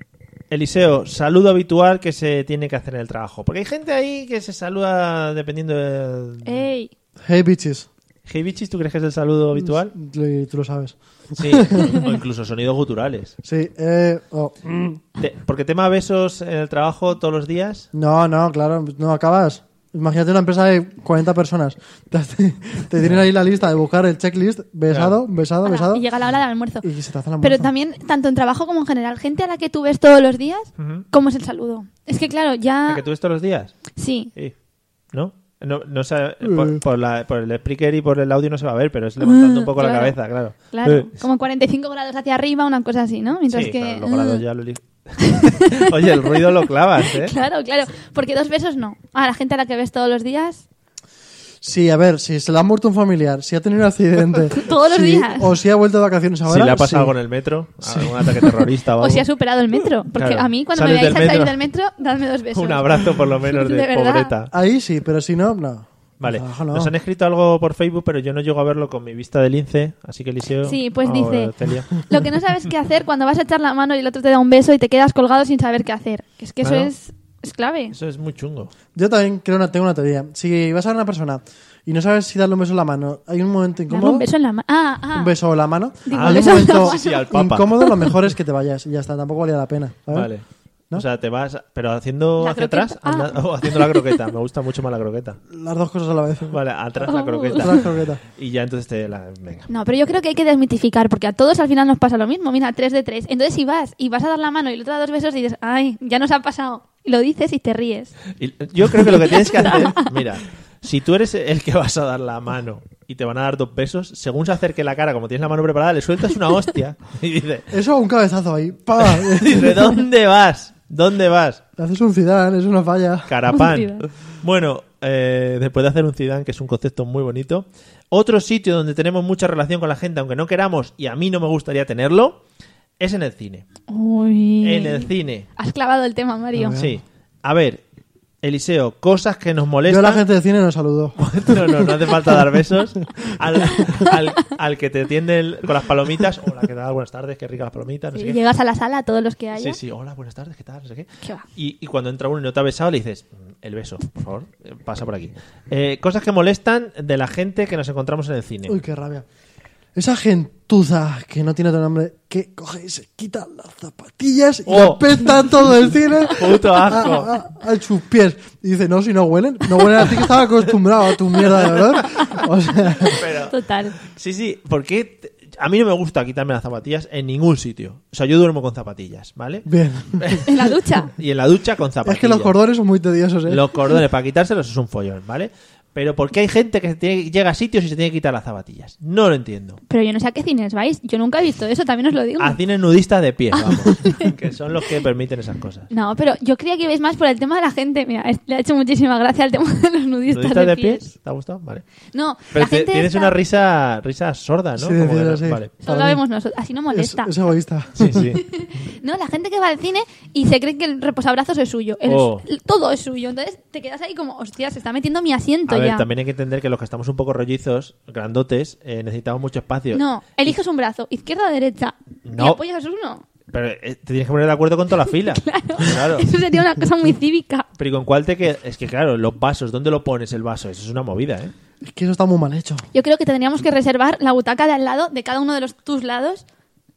[SPEAKER 3] Eliseo, saludo habitual que se tiene que hacer en el trabajo. Porque hay gente ahí que se saluda dependiendo de...
[SPEAKER 4] ¡Ey!
[SPEAKER 5] Hey, bitches.
[SPEAKER 3] Hey, bichis, ¿tú crees que es el saludo [LAUGHS] habitual?
[SPEAKER 5] Tú tú lo sabes.
[SPEAKER 3] Sí. o incluso sonidos guturales.
[SPEAKER 5] Sí, eh. oh, mm.
[SPEAKER 3] Te- porque tema besos en el trabajo todos los días.
[SPEAKER 5] No, no, claro, no acabas. Imagínate una empresa de 40 personas. [LAUGHS] Te, hace- te tienen ahí la lista de buscar el checklist, besado, besado,
[SPEAKER 4] Ala,
[SPEAKER 5] besado.
[SPEAKER 4] y llega la hora del almuerzo.
[SPEAKER 5] Y se te hace la
[SPEAKER 4] Pero
[SPEAKER 5] muerte.
[SPEAKER 4] también, tanto en trabajo como en general, gente a la que tú ves todos los días,
[SPEAKER 3] Ujú.
[SPEAKER 4] ¿cómo es el saludo? Es que claro,
[SPEAKER 3] ¿A
[SPEAKER 4] ya.
[SPEAKER 3] que tú ves todos los días?
[SPEAKER 4] Sí.
[SPEAKER 3] Sí. ¿No? No, no sé,
[SPEAKER 5] Eh.
[SPEAKER 3] por, por la- por el speaker y por el audio no se va a ver, pero es levantando un poco la
[SPEAKER 4] Ah, Claro.
[SPEAKER 3] cabeza, claro.
[SPEAKER 4] Claro,
[SPEAKER 3] Eh.
[SPEAKER 4] como 45 grados hacia arriba, una cosa así, ¿no? Mientras
[SPEAKER 3] Sí,
[SPEAKER 4] que. mm.
[SPEAKER 3] claro, los grados
[SPEAKER 4] [LAUGHS]
[SPEAKER 3] ya lo li- [LAUGHS] Oye, el ruido lo clavas, ¿eh?
[SPEAKER 4] Claro, claro, porque dos besos no. A la gente a la que ves todos los días,
[SPEAKER 5] Sí, a ver, si se le ha muerto un familiar, si ha tenido un accidente.
[SPEAKER 4] [LAUGHS] Todos los
[SPEAKER 5] si-
[SPEAKER 4] días.
[SPEAKER 5] O si ha vuelto de vacaciones ahora.
[SPEAKER 3] si le ha pasado
[SPEAKER 5] sí.
[SPEAKER 3] algo en el metro, algún ataque
[SPEAKER 4] [LAUGHS]
[SPEAKER 3] terrorista o
[SPEAKER 4] o
[SPEAKER 3] algo.
[SPEAKER 4] si has superado el metro. Porque
[SPEAKER 3] Claro.
[SPEAKER 4] a mí, cuando me
[SPEAKER 3] Sales
[SPEAKER 4] veáis
[SPEAKER 3] del
[SPEAKER 4] al salir
[SPEAKER 3] metro.
[SPEAKER 4] del metro, dadme dos besos.
[SPEAKER 3] Un abrazo por lo
[SPEAKER 4] [LAUGHS]
[SPEAKER 3] menos de,
[SPEAKER 4] De verdad.
[SPEAKER 3] pobreta.
[SPEAKER 5] Ahí sí, pero si no, no.
[SPEAKER 3] Vale,
[SPEAKER 5] Ojo, no.
[SPEAKER 3] nos han escrito algo por Facebook, pero yo no llego a verlo con mi vista de lince, así que Eliseo...
[SPEAKER 4] Sí, pues
[SPEAKER 3] o
[SPEAKER 4] dice-
[SPEAKER 3] Celia.
[SPEAKER 4] Lo que no sabes qué hacer cuando vas a echar la mano y el otro te da un beso y te quedas colgado sin saber qué hacer. Que es que eso
[SPEAKER 3] Claro.
[SPEAKER 4] es, es clave.
[SPEAKER 3] Eso es muy chungo.
[SPEAKER 5] Yo también creo una, tengo una teoría. Si vas a ver a una persona y no sabes si darle un beso en la mano, hay un momento
[SPEAKER 4] Darle
[SPEAKER 5] incómodo.
[SPEAKER 4] un beso en la mano. Ah, ah.
[SPEAKER 5] un beso en la mano.
[SPEAKER 4] Digo,
[SPEAKER 3] Ah,
[SPEAKER 5] hay
[SPEAKER 4] un
[SPEAKER 5] un
[SPEAKER 4] beso en la
[SPEAKER 5] momento
[SPEAKER 4] mano.
[SPEAKER 3] Sí, al papa.
[SPEAKER 5] incómodo, lo mejor es que te vayas y ya está, tampoco valía la pena. ¿sabes?
[SPEAKER 3] Vale.
[SPEAKER 5] ¿No?
[SPEAKER 3] O sea, te vas, pero haciendo
[SPEAKER 4] La
[SPEAKER 3] hacia
[SPEAKER 4] croqueta.
[SPEAKER 3] atrás
[SPEAKER 4] Ah.
[SPEAKER 3] anda- o haciendo la
[SPEAKER 4] [LAUGHS]
[SPEAKER 3] croqueta. Me gusta mucho más la croqueta.
[SPEAKER 5] Las dos cosas a la vez.
[SPEAKER 3] Vale, atrás la
[SPEAKER 4] Oh.
[SPEAKER 5] Otra
[SPEAKER 3] croqueta.
[SPEAKER 5] croqueta.
[SPEAKER 3] Y ya entonces te la. Venga.
[SPEAKER 4] No, pero yo creo que hay que desmitificar, porque a todos al final nos pasa lo mismo. Mira, tres de tres. Entonces, si vas y vas a dar la mano y el otro da dos besos, y dices, ay, ya nos ha pasado. Y lo dices y te ríes. [LAUGHS]
[SPEAKER 3] Y yo creo que lo que tienes que hacer. Mira, si tú eres el que vas a dar la mano y te van a dar dos besos, según se acerque la cara, como tienes la mano preparada, le sueltas una hostia y dice, [LAUGHS]
[SPEAKER 5] Eso un cabezazo ahí. ¡Pa!
[SPEAKER 3] dice, ¿dónde vas? ¿Dónde vas?
[SPEAKER 5] Te haces un Zidane, es una falla.
[SPEAKER 3] Carapán.
[SPEAKER 4] Zidane.
[SPEAKER 3] Bueno, eh, después de hacer un Zidane, que es un concepto muy bonito. Otro sitio donde tenemos mucha relación con la gente, aunque no queramos y a mí no me gustaría tenerlo, es en el cine.
[SPEAKER 4] Uy.
[SPEAKER 3] En el cine.
[SPEAKER 4] Has clavado el tema, Mario.
[SPEAKER 3] Sí. A ver, Eliseo, cosas que nos
[SPEAKER 5] Yo a
[SPEAKER 3] molestan.
[SPEAKER 5] la gente de cine no saludo.
[SPEAKER 3] [LAUGHS] No, no, no hace falta dar besos. Al, al- al que te tiende el- con las palomitas. Hola, ¿qué tal? Buenas tardes, qué ricas las palomitas. No
[SPEAKER 4] Sí,
[SPEAKER 3] sé qué.
[SPEAKER 4] Llegas a la sala, todos los que
[SPEAKER 3] Sí,
[SPEAKER 4] haya.
[SPEAKER 3] sí, hola, buenas tardes, ¿qué tal? No sé qué.
[SPEAKER 4] Qué va.
[SPEAKER 3] Y, y cuando entra uno y no te ha besado, le dices, "Mm, el beso, por favor, eh, pasa por aquí. Eh, cosas que molestan de la gente que nos encontramos en el cine.
[SPEAKER 5] Uy, qué rabia. Esa gentuza que no tiene otro nombre, que coge y se quita las zapatillas y
[SPEAKER 3] Oh.
[SPEAKER 5] apestan todo el cine
[SPEAKER 3] [LAUGHS] Puto asco.
[SPEAKER 5] A, a- a sus pies. Y dice, no, si no huelen, no huelen a ti que estaba acostumbrado a tu mierda de olor. O sea, [LAUGHS]
[SPEAKER 3] [LAUGHS] Pero-
[SPEAKER 4] Total.
[SPEAKER 3] sí, sí, porque te- a mí no me gusta quitarme las zapatillas en ningún sitio. O sea, yo duermo con zapatillas, ¿vale?
[SPEAKER 5] bien.
[SPEAKER 4] En la ducha.
[SPEAKER 3] Y en la ducha con zapatillas.
[SPEAKER 5] Es que los cordones son muy tediosos, ¿eh?
[SPEAKER 3] Los cordones, para quitárselos es un follón, ¿vale? Pero ¿por qué hay gente que se tiene- llega a sitios y se tiene que quitar las zapatillas? No lo entiendo.
[SPEAKER 4] Pero yo no sé a qué cines vais. Yo nunca he visto eso, también os lo digo.
[SPEAKER 3] A cines nudistas de pie,
[SPEAKER 5] [LAUGHS]
[SPEAKER 3] vamos. que son los que permiten esas cosas.
[SPEAKER 4] No, pero yo creía que ibais más por el tema de la gente. Mira, es- le ha hecho muchísima gracia el tema de los nudistas,
[SPEAKER 3] ¿Nudistas de
[SPEAKER 4] pies.
[SPEAKER 3] pies? ¿Te ha gustado? Vale.
[SPEAKER 4] No,
[SPEAKER 3] Pero
[SPEAKER 4] la
[SPEAKER 3] te-
[SPEAKER 4] gente
[SPEAKER 3] tienes
[SPEAKER 4] esta-
[SPEAKER 3] una risa, risa sorda, ¿no?
[SPEAKER 5] Sí,
[SPEAKER 3] Como que
[SPEAKER 5] decirlo
[SPEAKER 3] no-
[SPEAKER 5] así. [LAUGHS]
[SPEAKER 3] Vale.
[SPEAKER 4] Solo la vemos nosotros. Así no
[SPEAKER 5] Es,
[SPEAKER 4] molesta.
[SPEAKER 5] es egoísta.
[SPEAKER 3] Sí, sí.
[SPEAKER 4] No, la gente que va al cine y se cree que el reposabrazos es suyo. El-
[SPEAKER 3] Oh.
[SPEAKER 4] el- todo es suyo. Entonces te quedas ahí como, hostia, se está metiendo mi asiento
[SPEAKER 3] A ver,
[SPEAKER 4] ya.
[SPEAKER 3] también hay que entender que los que estamos un poco rollizos, grandotes, eh, necesitamos mucho espacio.
[SPEAKER 4] No, eliges un brazo, izquierda o derecha.
[SPEAKER 3] No.
[SPEAKER 4] Y apoyas uno.
[SPEAKER 3] Pero eh, te tienes que poner de acuerdo con toda la fila.
[SPEAKER 4] [LAUGHS] Claro.
[SPEAKER 3] Claro.
[SPEAKER 4] Eso sería una
[SPEAKER 3] [LAUGHS]
[SPEAKER 4] cosa muy cívica.
[SPEAKER 3] Pero ¿y con cuál te quedas? Es que claro, los vasos, ¿dónde lo pones el vaso? Eso es una movida, ¿eh?
[SPEAKER 5] Es que eso está muy mal hecho.
[SPEAKER 4] Yo creo que tendríamos que reservar la butaca de al lado, de cada uno de los tus lados,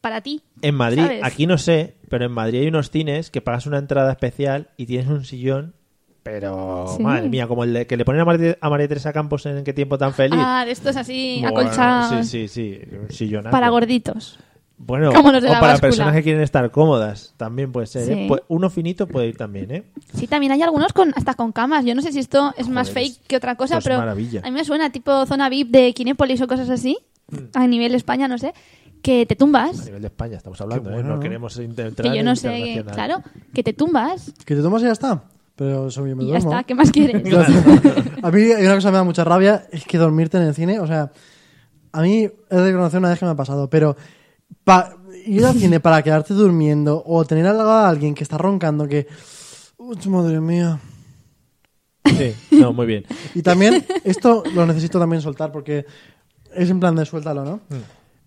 [SPEAKER 4] para ti.
[SPEAKER 3] En Madrid,
[SPEAKER 4] ¿Sabes?
[SPEAKER 3] aquí no sé, pero en Madrid hay unos cines que pagas una entrada especial y tienes un sillón, pero
[SPEAKER 4] Sí.
[SPEAKER 3] madre mía, como el de- que le ponen a María, a María Teresa Campos en qué tiempo tan feliz.
[SPEAKER 4] Ah, de estos así,
[SPEAKER 3] Bueno,
[SPEAKER 4] acolchados.
[SPEAKER 3] Sí, sí, sí, un sillón.
[SPEAKER 4] Para gorditos.
[SPEAKER 3] Bueno,
[SPEAKER 4] como los de
[SPEAKER 3] o
[SPEAKER 4] la
[SPEAKER 3] para
[SPEAKER 4] báscula.
[SPEAKER 3] personas que quieren estar cómodas, también puede ser. ¿eh?
[SPEAKER 4] Sí.
[SPEAKER 3] Pu- Uno finito puede ir también, ¿eh?
[SPEAKER 4] Sí, también hay algunos con hasta con camas. Yo no sé si esto es más
[SPEAKER 3] Joder,
[SPEAKER 4] fake que otra cosa,
[SPEAKER 3] esto es
[SPEAKER 4] pero
[SPEAKER 3] maravilla.
[SPEAKER 4] a mí me suena tipo zona VIP de Kinépolis o cosas así, a nivel España, no sé, que te
[SPEAKER 3] A
[SPEAKER 4] tumbas,
[SPEAKER 3] nivel de España estamos hablando, ¿eh?
[SPEAKER 5] bueno,
[SPEAKER 3] No
[SPEAKER 5] ¿no?
[SPEAKER 3] queremos inter- entrar
[SPEAKER 4] que yo
[SPEAKER 3] en
[SPEAKER 4] no sé,
[SPEAKER 3] internacional.
[SPEAKER 4] claro, que te tumbas
[SPEAKER 5] Que te tomas y ya está. Pero eso yo me
[SPEAKER 4] y ya
[SPEAKER 5] duermo.
[SPEAKER 4] está, ¿qué más quieres?
[SPEAKER 5] A mí hay una cosa que me da mucha rabia, es que dormirte en el cine, o sea, a mí he de reconocer una vez que me ha pasado, pero pa- ir al cine para quedarte durmiendo o tener al lado a alguien que está roncando que... "Uy, madre mía.
[SPEAKER 3] Sí, no, muy
[SPEAKER 4] [LAUGHS]
[SPEAKER 3] bien.
[SPEAKER 5] Y también, esto lo necesito también soltar porque es en plan de suéltalo, ¿no?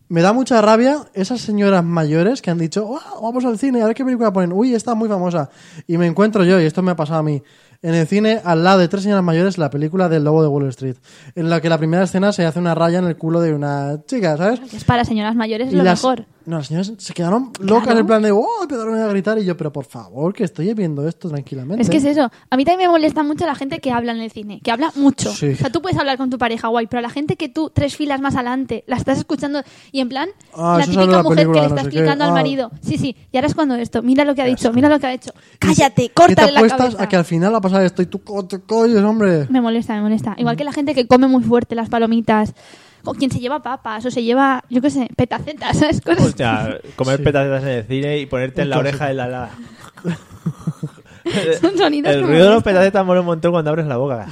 [SPEAKER 5] Me da mucha rabia esas señoras mayores que han dicho, "Guau, vamos al cine, a ver qué película ponen. Uy, esta es muy famosa. Y me encuentro yo, y esto me ha pasado a mí, en el cine, al lado de tres señoras mayores, la película del Lobo de Wall Street, en la que la primera escena se hace una raya en el culo de una chica, ¿sabes?
[SPEAKER 4] Es para señoras mayores
[SPEAKER 5] Y
[SPEAKER 4] lo
[SPEAKER 5] las-
[SPEAKER 4] mejor.
[SPEAKER 5] No, las señoras se quedaron locas en plan de, ¡oh! Empezaron a gritar y yo, pero por favor, que estoy viendo esto tranquilamente.
[SPEAKER 4] Es que es eso. A mí también me molesta mucho la gente que habla en el cine, que habla mucho.
[SPEAKER 5] Sí.
[SPEAKER 4] O sea, tú puedes hablar con tu pareja, guay, pero la gente que tú tres filas más adelante la estás escuchando y en plan,
[SPEAKER 5] Ah,
[SPEAKER 4] la
[SPEAKER 5] eso
[SPEAKER 4] típica
[SPEAKER 5] sale en la
[SPEAKER 4] mujer que
[SPEAKER 5] película,
[SPEAKER 4] le
[SPEAKER 5] no
[SPEAKER 4] está
[SPEAKER 5] sé qué.
[SPEAKER 4] explicando al
[SPEAKER 5] Ah.
[SPEAKER 4] marido, sí, sí, y ahora es cuando esto, mira lo que ha dicho, mira lo que ha hecho,
[SPEAKER 5] Y se-
[SPEAKER 4] cállate,
[SPEAKER 5] ¿qué
[SPEAKER 4] córtale
[SPEAKER 5] te
[SPEAKER 4] la
[SPEAKER 5] apuestas
[SPEAKER 4] cabeza.
[SPEAKER 5] a que al final va a pasar esto y tú, co- tú coño, [LAUGHS] hombre?
[SPEAKER 4] Me molesta, me molesta. Igual que la gente que come muy fuerte las palomitas, o quien se lleva papas, o se lleva, yo qué sé, petacetas, ¿sabes? Cosas.
[SPEAKER 3] O sea, comer petacetas en el cine y ponerte en la oreja de
[SPEAKER 4] [LAUGHS]
[SPEAKER 3] la la.
[SPEAKER 4] Son sonidos
[SPEAKER 3] El
[SPEAKER 4] que me
[SPEAKER 3] ruido de los
[SPEAKER 4] molestan.
[SPEAKER 3] petacetas mola un montón cuando abres la boca.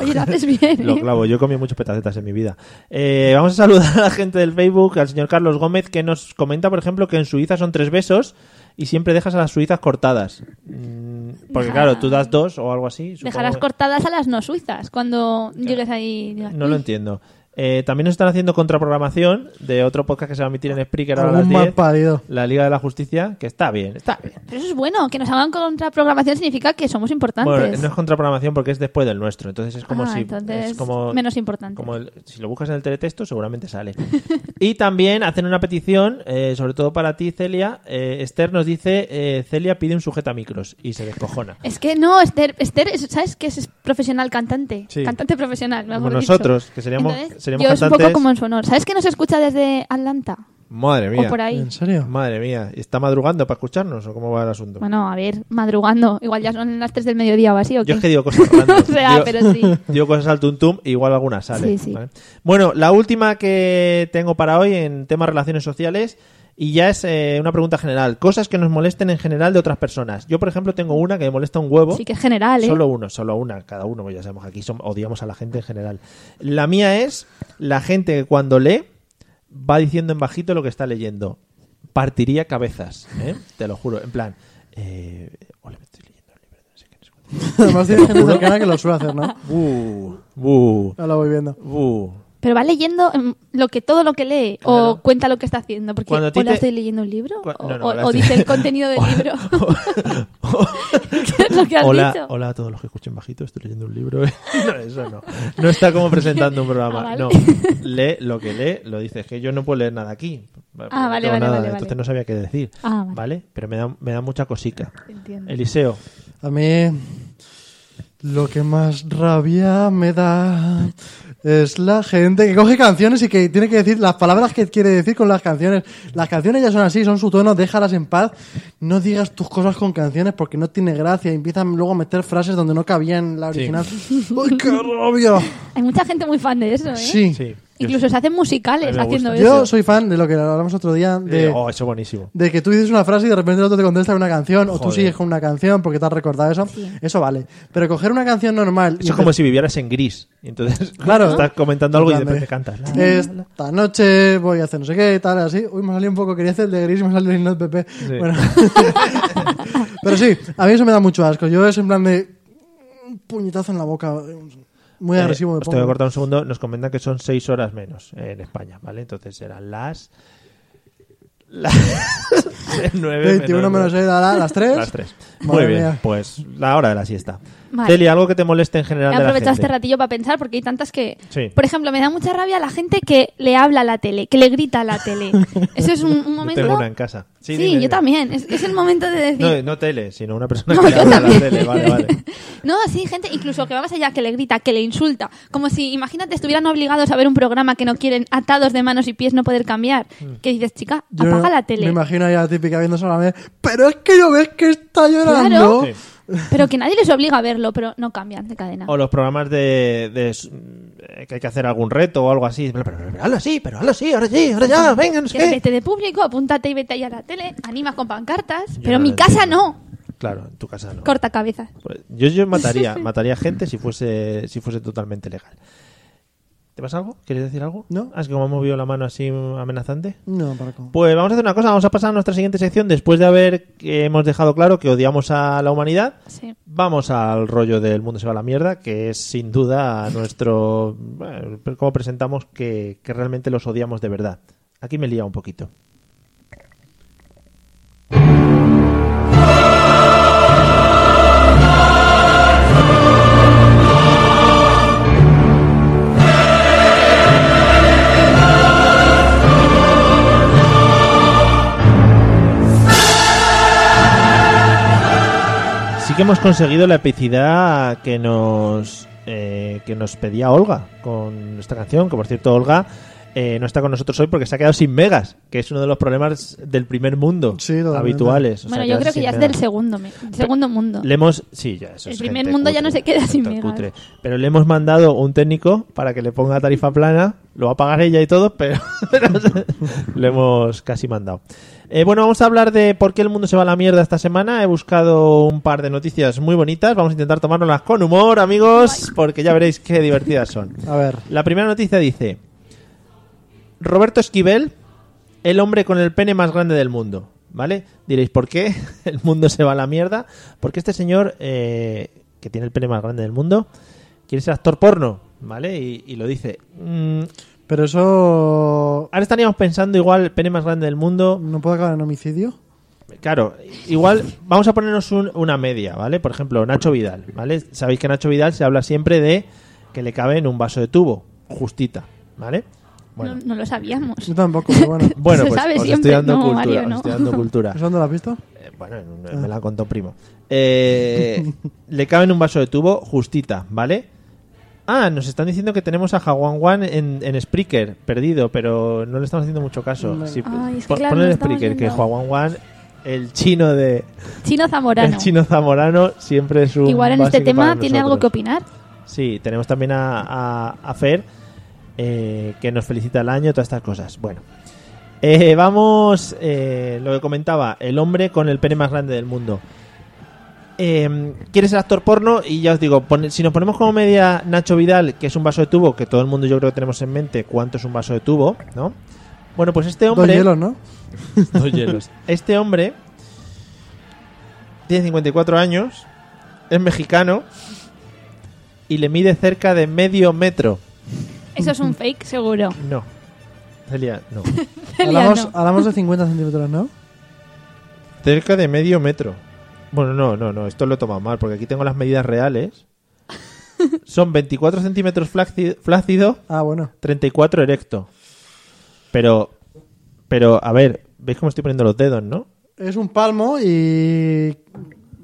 [SPEAKER 4] Oye, lo haces bien.
[SPEAKER 3] Lo
[SPEAKER 4] ¿eh?
[SPEAKER 3] clavo, yo he comido muchos petacetas en mi vida. Eh, vamos a saludar a la gente del Facebook, al señor Carlos Gómez, que nos comenta, por ejemplo, que en Suiza son tres besos y siempre dejas a las suizas cortadas. Mm, Porque
[SPEAKER 4] Deja-
[SPEAKER 3] claro, tú das dos o algo así. supongo
[SPEAKER 4] Dejarás
[SPEAKER 3] que-
[SPEAKER 4] cortadas a las no suizas cuando llegues ahí. y digas,
[SPEAKER 3] No lo
[SPEAKER 4] "Uy".
[SPEAKER 3] entiendo. Eh, también nos están haciendo contraprogramación de otro podcast que se va a emitir en Spreaker ahora a las
[SPEAKER 5] Algún
[SPEAKER 3] 10,
[SPEAKER 5] mal parido.
[SPEAKER 3] La Liga de la Justicia, que está bien, está bien.
[SPEAKER 4] Pero eso es bueno, que nos hagan contraprogramación significa que somos importantes.
[SPEAKER 3] Bueno, no es contraprogramación porque es después del nuestro, entonces es como
[SPEAKER 4] Ah,
[SPEAKER 3] si
[SPEAKER 4] entonces,
[SPEAKER 3] es como
[SPEAKER 4] menos importante.
[SPEAKER 3] Como el- si lo buscas en el teletexto seguramente sale. y también hacen una petición, eh, sobre todo para ti Celia. Eh, Esther nos dice eh, Celia pide un sujeta micros y se descojona.
[SPEAKER 4] Es que no, Esther, Esther es- ¿sabes que es profesional cantante?
[SPEAKER 3] Sí.
[SPEAKER 4] Cantante profesional, mejor
[SPEAKER 3] Como
[SPEAKER 4] dicho.
[SPEAKER 3] nosotros, que seríamos-
[SPEAKER 4] Entonces,
[SPEAKER 3] seríamos
[SPEAKER 4] yo es un poco
[SPEAKER 3] cantantes.
[SPEAKER 4] como en su honor. ¿Sabes que nos escucha desde Atlanta?
[SPEAKER 3] Madre mía.
[SPEAKER 4] o por ahí.
[SPEAKER 5] ¿En serio?
[SPEAKER 3] Madre mía. ¿Está madrugando para escucharnos o cómo va el asunto?
[SPEAKER 4] Bueno, a ver, madrugando. Igual ya son las 3 del mediodía o así, ¿o qué?
[SPEAKER 3] Yo es que
[SPEAKER 4] [LAUGHS]
[SPEAKER 3] digo cosas random.
[SPEAKER 4] o sea,
[SPEAKER 3] Digo-
[SPEAKER 4] pero sí.
[SPEAKER 3] [LAUGHS] Digo cosas al tuntum, igual alguna sale.
[SPEAKER 4] Sí, sí.
[SPEAKER 3] ¿vale? Bueno, la última que tengo para hoy en temas relaciones sociales y ya es eh, una pregunta general. Cosas que nos molesten en general de otras personas. Yo, por ejemplo, tengo una que me molesta un huevo.
[SPEAKER 4] Sí que es general, ¿eh?
[SPEAKER 3] Solo uno, solo una, cada uno, pues ya sabemos que aquí som- odiamos a la gente en general. La mía es la gente que cuando lee va diciendo en bajito lo que está leyendo. Partiría cabezas, ¿eh? te lo juro. En plan, eh, hola, me estoy leyendo el libro de no sé qué, no sé cuánto.
[SPEAKER 5] [LAUGHS] Además tiene gente cercana que lo suele hacer, [LAUGHS] ¿no?
[SPEAKER 3] Buh, buh,
[SPEAKER 5] Ya lo voy viendo.
[SPEAKER 3] buh.
[SPEAKER 4] Pero va leyendo em, lo que todo lo que lee o cuenta lo que está haciendo. Porque
[SPEAKER 3] Cuando a ti
[SPEAKER 4] hola,
[SPEAKER 3] te-
[SPEAKER 4] estoy leyendo un libro
[SPEAKER 3] Cu-
[SPEAKER 4] o,
[SPEAKER 3] no, no,
[SPEAKER 4] o-
[SPEAKER 3] ahora
[SPEAKER 4] o
[SPEAKER 3] sí.
[SPEAKER 4] dice el
[SPEAKER 3] [LAUGHS]
[SPEAKER 4] contenido del libro. [LAUGHS] ¿Qué es lo que has
[SPEAKER 3] hola,
[SPEAKER 4] dicho?
[SPEAKER 3] hola a todos los que escuchen bajito, estoy leyendo un libro. [LAUGHS] no, eso no. No está como presentando un programa.
[SPEAKER 4] Ah, vale.
[SPEAKER 3] No, lee lo que lee, lo dice. Es que yo no puedo leer nada aquí. No tengo
[SPEAKER 4] Ah, vale, vale, vale,
[SPEAKER 3] Entonces
[SPEAKER 4] vale.
[SPEAKER 3] no sabía qué decir.
[SPEAKER 4] Ah, vale.
[SPEAKER 3] Pero me da, me da mucha cosica.
[SPEAKER 4] Entiendo.
[SPEAKER 3] Eliseo,
[SPEAKER 5] A mí lo que más rabia me da es la gente que coge canciones y que tiene que decir las palabras que quiere decir con las canciones. Las canciones ya son así, son su tono, déjalas en paz. No digas tus cosas con canciones porque no tiene gracia. Empiezan luego a meter frases donde no cabían en la [LAUGHS] original. ¡Ay, qué rabia!
[SPEAKER 4] Hay mucha gente muy fan de eso, ¿eh?
[SPEAKER 5] ¿Eh? Sí.
[SPEAKER 3] sí.
[SPEAKER 4] Incluso se hacen
[SPEAKER 3] A mí
[SPEAKER 4] musicales
[SPEAKER 3] me
[SPEAKER 4] haciendo
[SPEAKER 3] gusta.
[SPEAKER 4] eso.
[SPEAKER 5] Yo soy fan de lo que hablamos otro día, de,
[SPEAKER 3] Eh, oh, eso buenísimo.
[SPEAKER 5] de que tú dices una frase y de repente el otro te contesta con una canción o tú
[SPEAKER 3] Joder.
[SPEAKER 5] sigues con una canción porque te has recordado eso. Eso vale. Pero coger una canción normal... y
[SPEAKER 3] Eso es como si vivieras en gris. Y entonces
[SPEAKER 5] Claro. Eh,
[SPEAKER 3] estás comentando algo y
[SPEAKER 5] En
[SPEAKER 3] después
[SPEAKER 5] plan
[SPEAKER 3] te cantas. La,
[SPEAKER 5] de,
[SPEAKER 3] la, la.
[SPEAKER 5] Esta noche voy a hacer no sé qué y tal, así. Uy, me ha salido un poco, quería hacer el de gris y me ha salido el himno del PP. Bueno. [LAUGHS] Pero sí, a mí eso me da mucho asco. Yo es en plan de. Un puñetazo en la boca. Muy
[SPEAKER 3] Eh,
[SPEAKER 5] agresivo me
[SPEAKER 3] os tengo que
[SPEAKER 5] pongo.
[SPEAKER 3] cortar un segundo. Nos comentan que son seis horas menos eh, en España, ¿vale? Entonces serán las... [LAUGHS] Las... 9
[SPEAKER 5] 21 menos seis dará las 3.
[SPEAKER 3] Las tres. Muy bien, pues la hora de la siesta.
[SPEAKER 4] Vale.
[SPEAKER 3] Celia, algo que te moleste en general
[SPEAKER 4] He
[SPEAKER 3] de la
[SPEAKER 4] aprovechado
[SPEAKER 3] gente.
[SPEAKER 4] este ratillo para pensar porque hay tantas que...
[SPEAKER 3] Sí.
[SPEAKER 4] Por ejemplo, me da mucha rabia la gente que le habla a la tele, que le grita a la
[SPEAKER 3] [LAUGHS]
[SPEAKER 4] tele. Eso es un, un
[SPEAKER 3] Yo
[SPEAKER 4] momento...
[SPEAKER 3] tengo una en casa. Sí,
[SPEAKER 4] Sí,
[SPEAKER 3] dime, dime.
[SPEAKER 4] yo también. Es, es el momento de decir...
[SPEAKER 3] No, no tele, sino una persona
[SPEAKER 4] [LAUGHS] No,
[SPEAKER 3] que le
[SPEAKER 4] yo
[SPEAKER 3] habla a la
[SPEAKER 4] también.
[SPEAKER 3] tele. Vale, vale.
[SPEAKER 4] [LAUGHS] No, sí, gente, incluso que va más allá, que le grita, que le insulta. Como si, imagínate, estuvieran obligados a ver un programa que no quieren, atados de manos y pies, no poder cambiar.
[SPEAKER 3] Mm.
[SPEAKER 4] Que dices, chica,
[SPEAKER 5] Yo
[SPEAKER 4] apaga la
[SPEAKER 5] Me
[SPEAKER 4] tele.
[SPEAKER 5] imagino ahí a la típica viendo solamente. Pero es que no ves que está llorando.
[SPEAKER 4] Claro. Pero que nadie les obliga a verlo, pero no cambian de cadena.
[SPEAKER 3] O los programas de, de s- eh, que hay que hacer algún reto o algo así. Pero, pero, pero hazlo así, pero hazlo así, ahora sí, ahora ya, venga, no sé
[SPEAKER 4] Que
[SPEAKER 3] qué.
[SPEAKER 4] vete de público, apúntate y vete ahí a la tele, anima con pancartas.
[SPEAKER 3] Yo
[SPEAKER 4] pero
[SPEAKER 3] no
[SPEAKER 4] en mi
[SPEAKER 3] lo
[SPEAKER 4] casa
[SPEAKER 3] entiendo.
[SPEAKER 4] no.
[SPEAKER 3] Claro, en tu casa no.
[SPEAKER 4] Corta cabeza.
[SPEAKER 3] Pues yo, yo mataría, mataría gente si fuese, si fuese totalmente legal. ¿Te pasa algo? ¿Quieres decir algo?
[SPEAKER 5] No.
[SPEAKER 3] Ah, Es que como ha movido la mano así amenazante.
[SPEAKER 5] No, Paco.
[SPEAKER 3] Pues vamos a hacer una cosa, vamos a pasar a nuestra siguiente sección después de haber que hemos dejado claro que odiamos a la humanidad.
[SPEAKER 4] Sí.
[SPEAKER 3] Vamos al rollo del mundo se va a la mierda, que es sin duda nuestro [LAUGHS] bueno, cómo presentamos que, que realmente los odiamos de verdad. Aquí me lía un poquito. Sí que hemos conseguido la epicidad que nos eh, que nos pedía Olga con esta canción, que por cierto Olga eh, no está con nosotros hoy porque se ha quedado sin megas, que es uno de los problemas del primer mundo
[SPEAKER 5] Sí, totalmente.
[SPEAKER 3] habituales. O sea,
[SPEAKER 4] Bueno, yo
[SPEAKER 3] quedarse
[SPEAKER 4] creo que
[SPEAKER 3] sin
[SPEAKER 4] ya es
[SPEAKER 3] megas.
[SPEAKER 4] del segundo, me- segundo mundo.
[SPEAKER 3] Le hemos. Sí, ya, eso
[SPEAKER 4] El
[SPEAKER 3] es
[SPEAKER 4] primer
[SPEAKER 3] gente
[SPEAKER 4] mundo ya no
[SPEAKER 3] cutre,
[SPEAKER 4] se queda sin
[SPEAKER 3] gente
[SPEAKER 4] megas.
[SPEAKER 3] cutre. Pero le hemos mandado un técnico para que le ponga tarifa plana. Lo va a pagar ella y todo, pero [LAUGHS] lo hemos casi mandado. Eh, bueno, vamos a hablar de por qué el mundo se va a la mierda esta semana. He buscado un par de noticias muy bonitas. Vamos a intentar tomárnoslas con humor, amigos, porque ya veréis qué divertidas son.
[SPEAKER 5] A ver.
[SPEAKER 3] La primera noticia dice: Roberto Esquivel, el hombre con el pene más grande del mundo. ¿Vale? Diréis, ¿por qué [LAUGHS] el mundo se va a la mierda? Porque este señor, eh, que tiene el pene más grande del mundo, quiere ser actor porno, ¿vale? Y, y lo dice. Mm,
[SPEAKER 5] Pero eso.
[SPEAKER 3] ahora estaríamos pensando igual, el pene más grande del mundo.
[SPEAKER 5] ¿No puede acabar en homicidio?
[SPEAKER 3] Claro, igual vamos a ponernos un- una media, ¿vale? Por ejemplo, Nacho Vidal, ¿vale? Sabéis que Nacho Vidal se habla siempre de que le cabe en un vaso de tubo, justita, ¿vale?
[SPEAKER 4] No, no lo sabíamos.
[SPEAKER 5] Yo tampoco,
[SPEAKER 3] [LAUGHS]
[SPEAKER 5] pero bueno.
[SPEAKER 3] Bueno,
[SPEAKER 4] Se
[SPEAKER 3] pues
[SPEAKER 4] sabe
[SPEAKER 3] os estoy
[SPEAKER 4] siempre.
[SPEAKER 3] dando
[SPEAKER 4] No,
[SPEAKER 3] cultura.
[SPEAKER 4] Mario,
[SPEAKER 3] os
[SPEAKER 4] no.
[SPEAKER 3] estoy dando cultura.
[SPEAKER 5] ¿Eso dónde lo has visto?
[SPEAKER 3] Eh, [LAUGHS] bueno, en un- me la [LAUGHS] contó un primo. Eh, le cabe en un vaso de tubo justita, ¿vale? Ah, nos están diciendo que tenemos a Jaguan Wan en, en Spreaker, perdido, pero no le estamos haciendo mucho caso.
[SPEAKER 5] Venga.
[SPEAKER 3] Sí,
[SPEAKER 4] Ay, es
[SPEAKER 3] pon-
[SPEAKER 4] claro,
[SPEAKER 3] ponle
[SPEAKER 4] no
[SPEAKER 3] en
[SPEAKER 4] estamos
[SPEAKER 3] Spreaker, que
[SPEAKER 4] viendo.
[SPEAKER 3] Jaguan Wan, el chino de
[SPEAKER 4] Chino Zamorano.
[SPEAKER 3] el chino zamorano, siempre es un.
[SPEAKER 4] Igual en este
[SPEAKER 3] básico
[SPEAKER 4] tema
[SPEAKER 3] para
[SPEAKER 4] tiene
[SPEAKER 3] nosotros.
[SPEAKER 4] algo que opinar.
[SPEAKER 3] Sí, tenemos también a, a, a Fer, eh, que nos felicita el año, todas estas cosas. Bueno, Eh, vamos, eh, lo que comentaba, el hombre con el pene más grande del mundo. Eh, ¿Quieres ser actor porno? Y ya os digo, pone- si nos ponemos como media Nacho Vidal, que es un vaso de tubo, que todo el mundo yo creo que tenemos en mente cuánto es un vaso de tubo, ¿no? Bueno, pues este
[SPEAKER 5] Dos
[SPEAKER 3] hombre...
[SPEAKER 4] [LAUGHS]
[SPEAKER 5] hielos, ¿no?
[SPEAKER 3] Dos hielos. Este hombre tiene 54 años, es mexicano y le mide cerca de medio metro.
[SPEAKER 4] Eso
[SPEAKER 3] Mm.
[SPEAKER 4] es un fake, seguro.
[SPEAKER 3] No. Celia, no.
[SPEAKER 4] Celia,
[SPEAKER 5] Hablamos,
[SPEAKER 4] no.
[SPEAKER 5] hablamos de 50 centímetros, ¿no?
[SPEAKER 3] [LAUGHS] cerca de medio metro. Bueno, no, no, no, esto lo he tomado mal porque aquí tengo las medidas [LAUGHS] reales. Son 24 centímetros fláci- flácido,
[SPEAKER 5] Ah, bueno.
[SPEAKER 3] 34 erecto. Pero, pero, a ver, ¿veis cómo estoy poniendo los dedos, no?
[SPEAKER 5] Es un palmo y.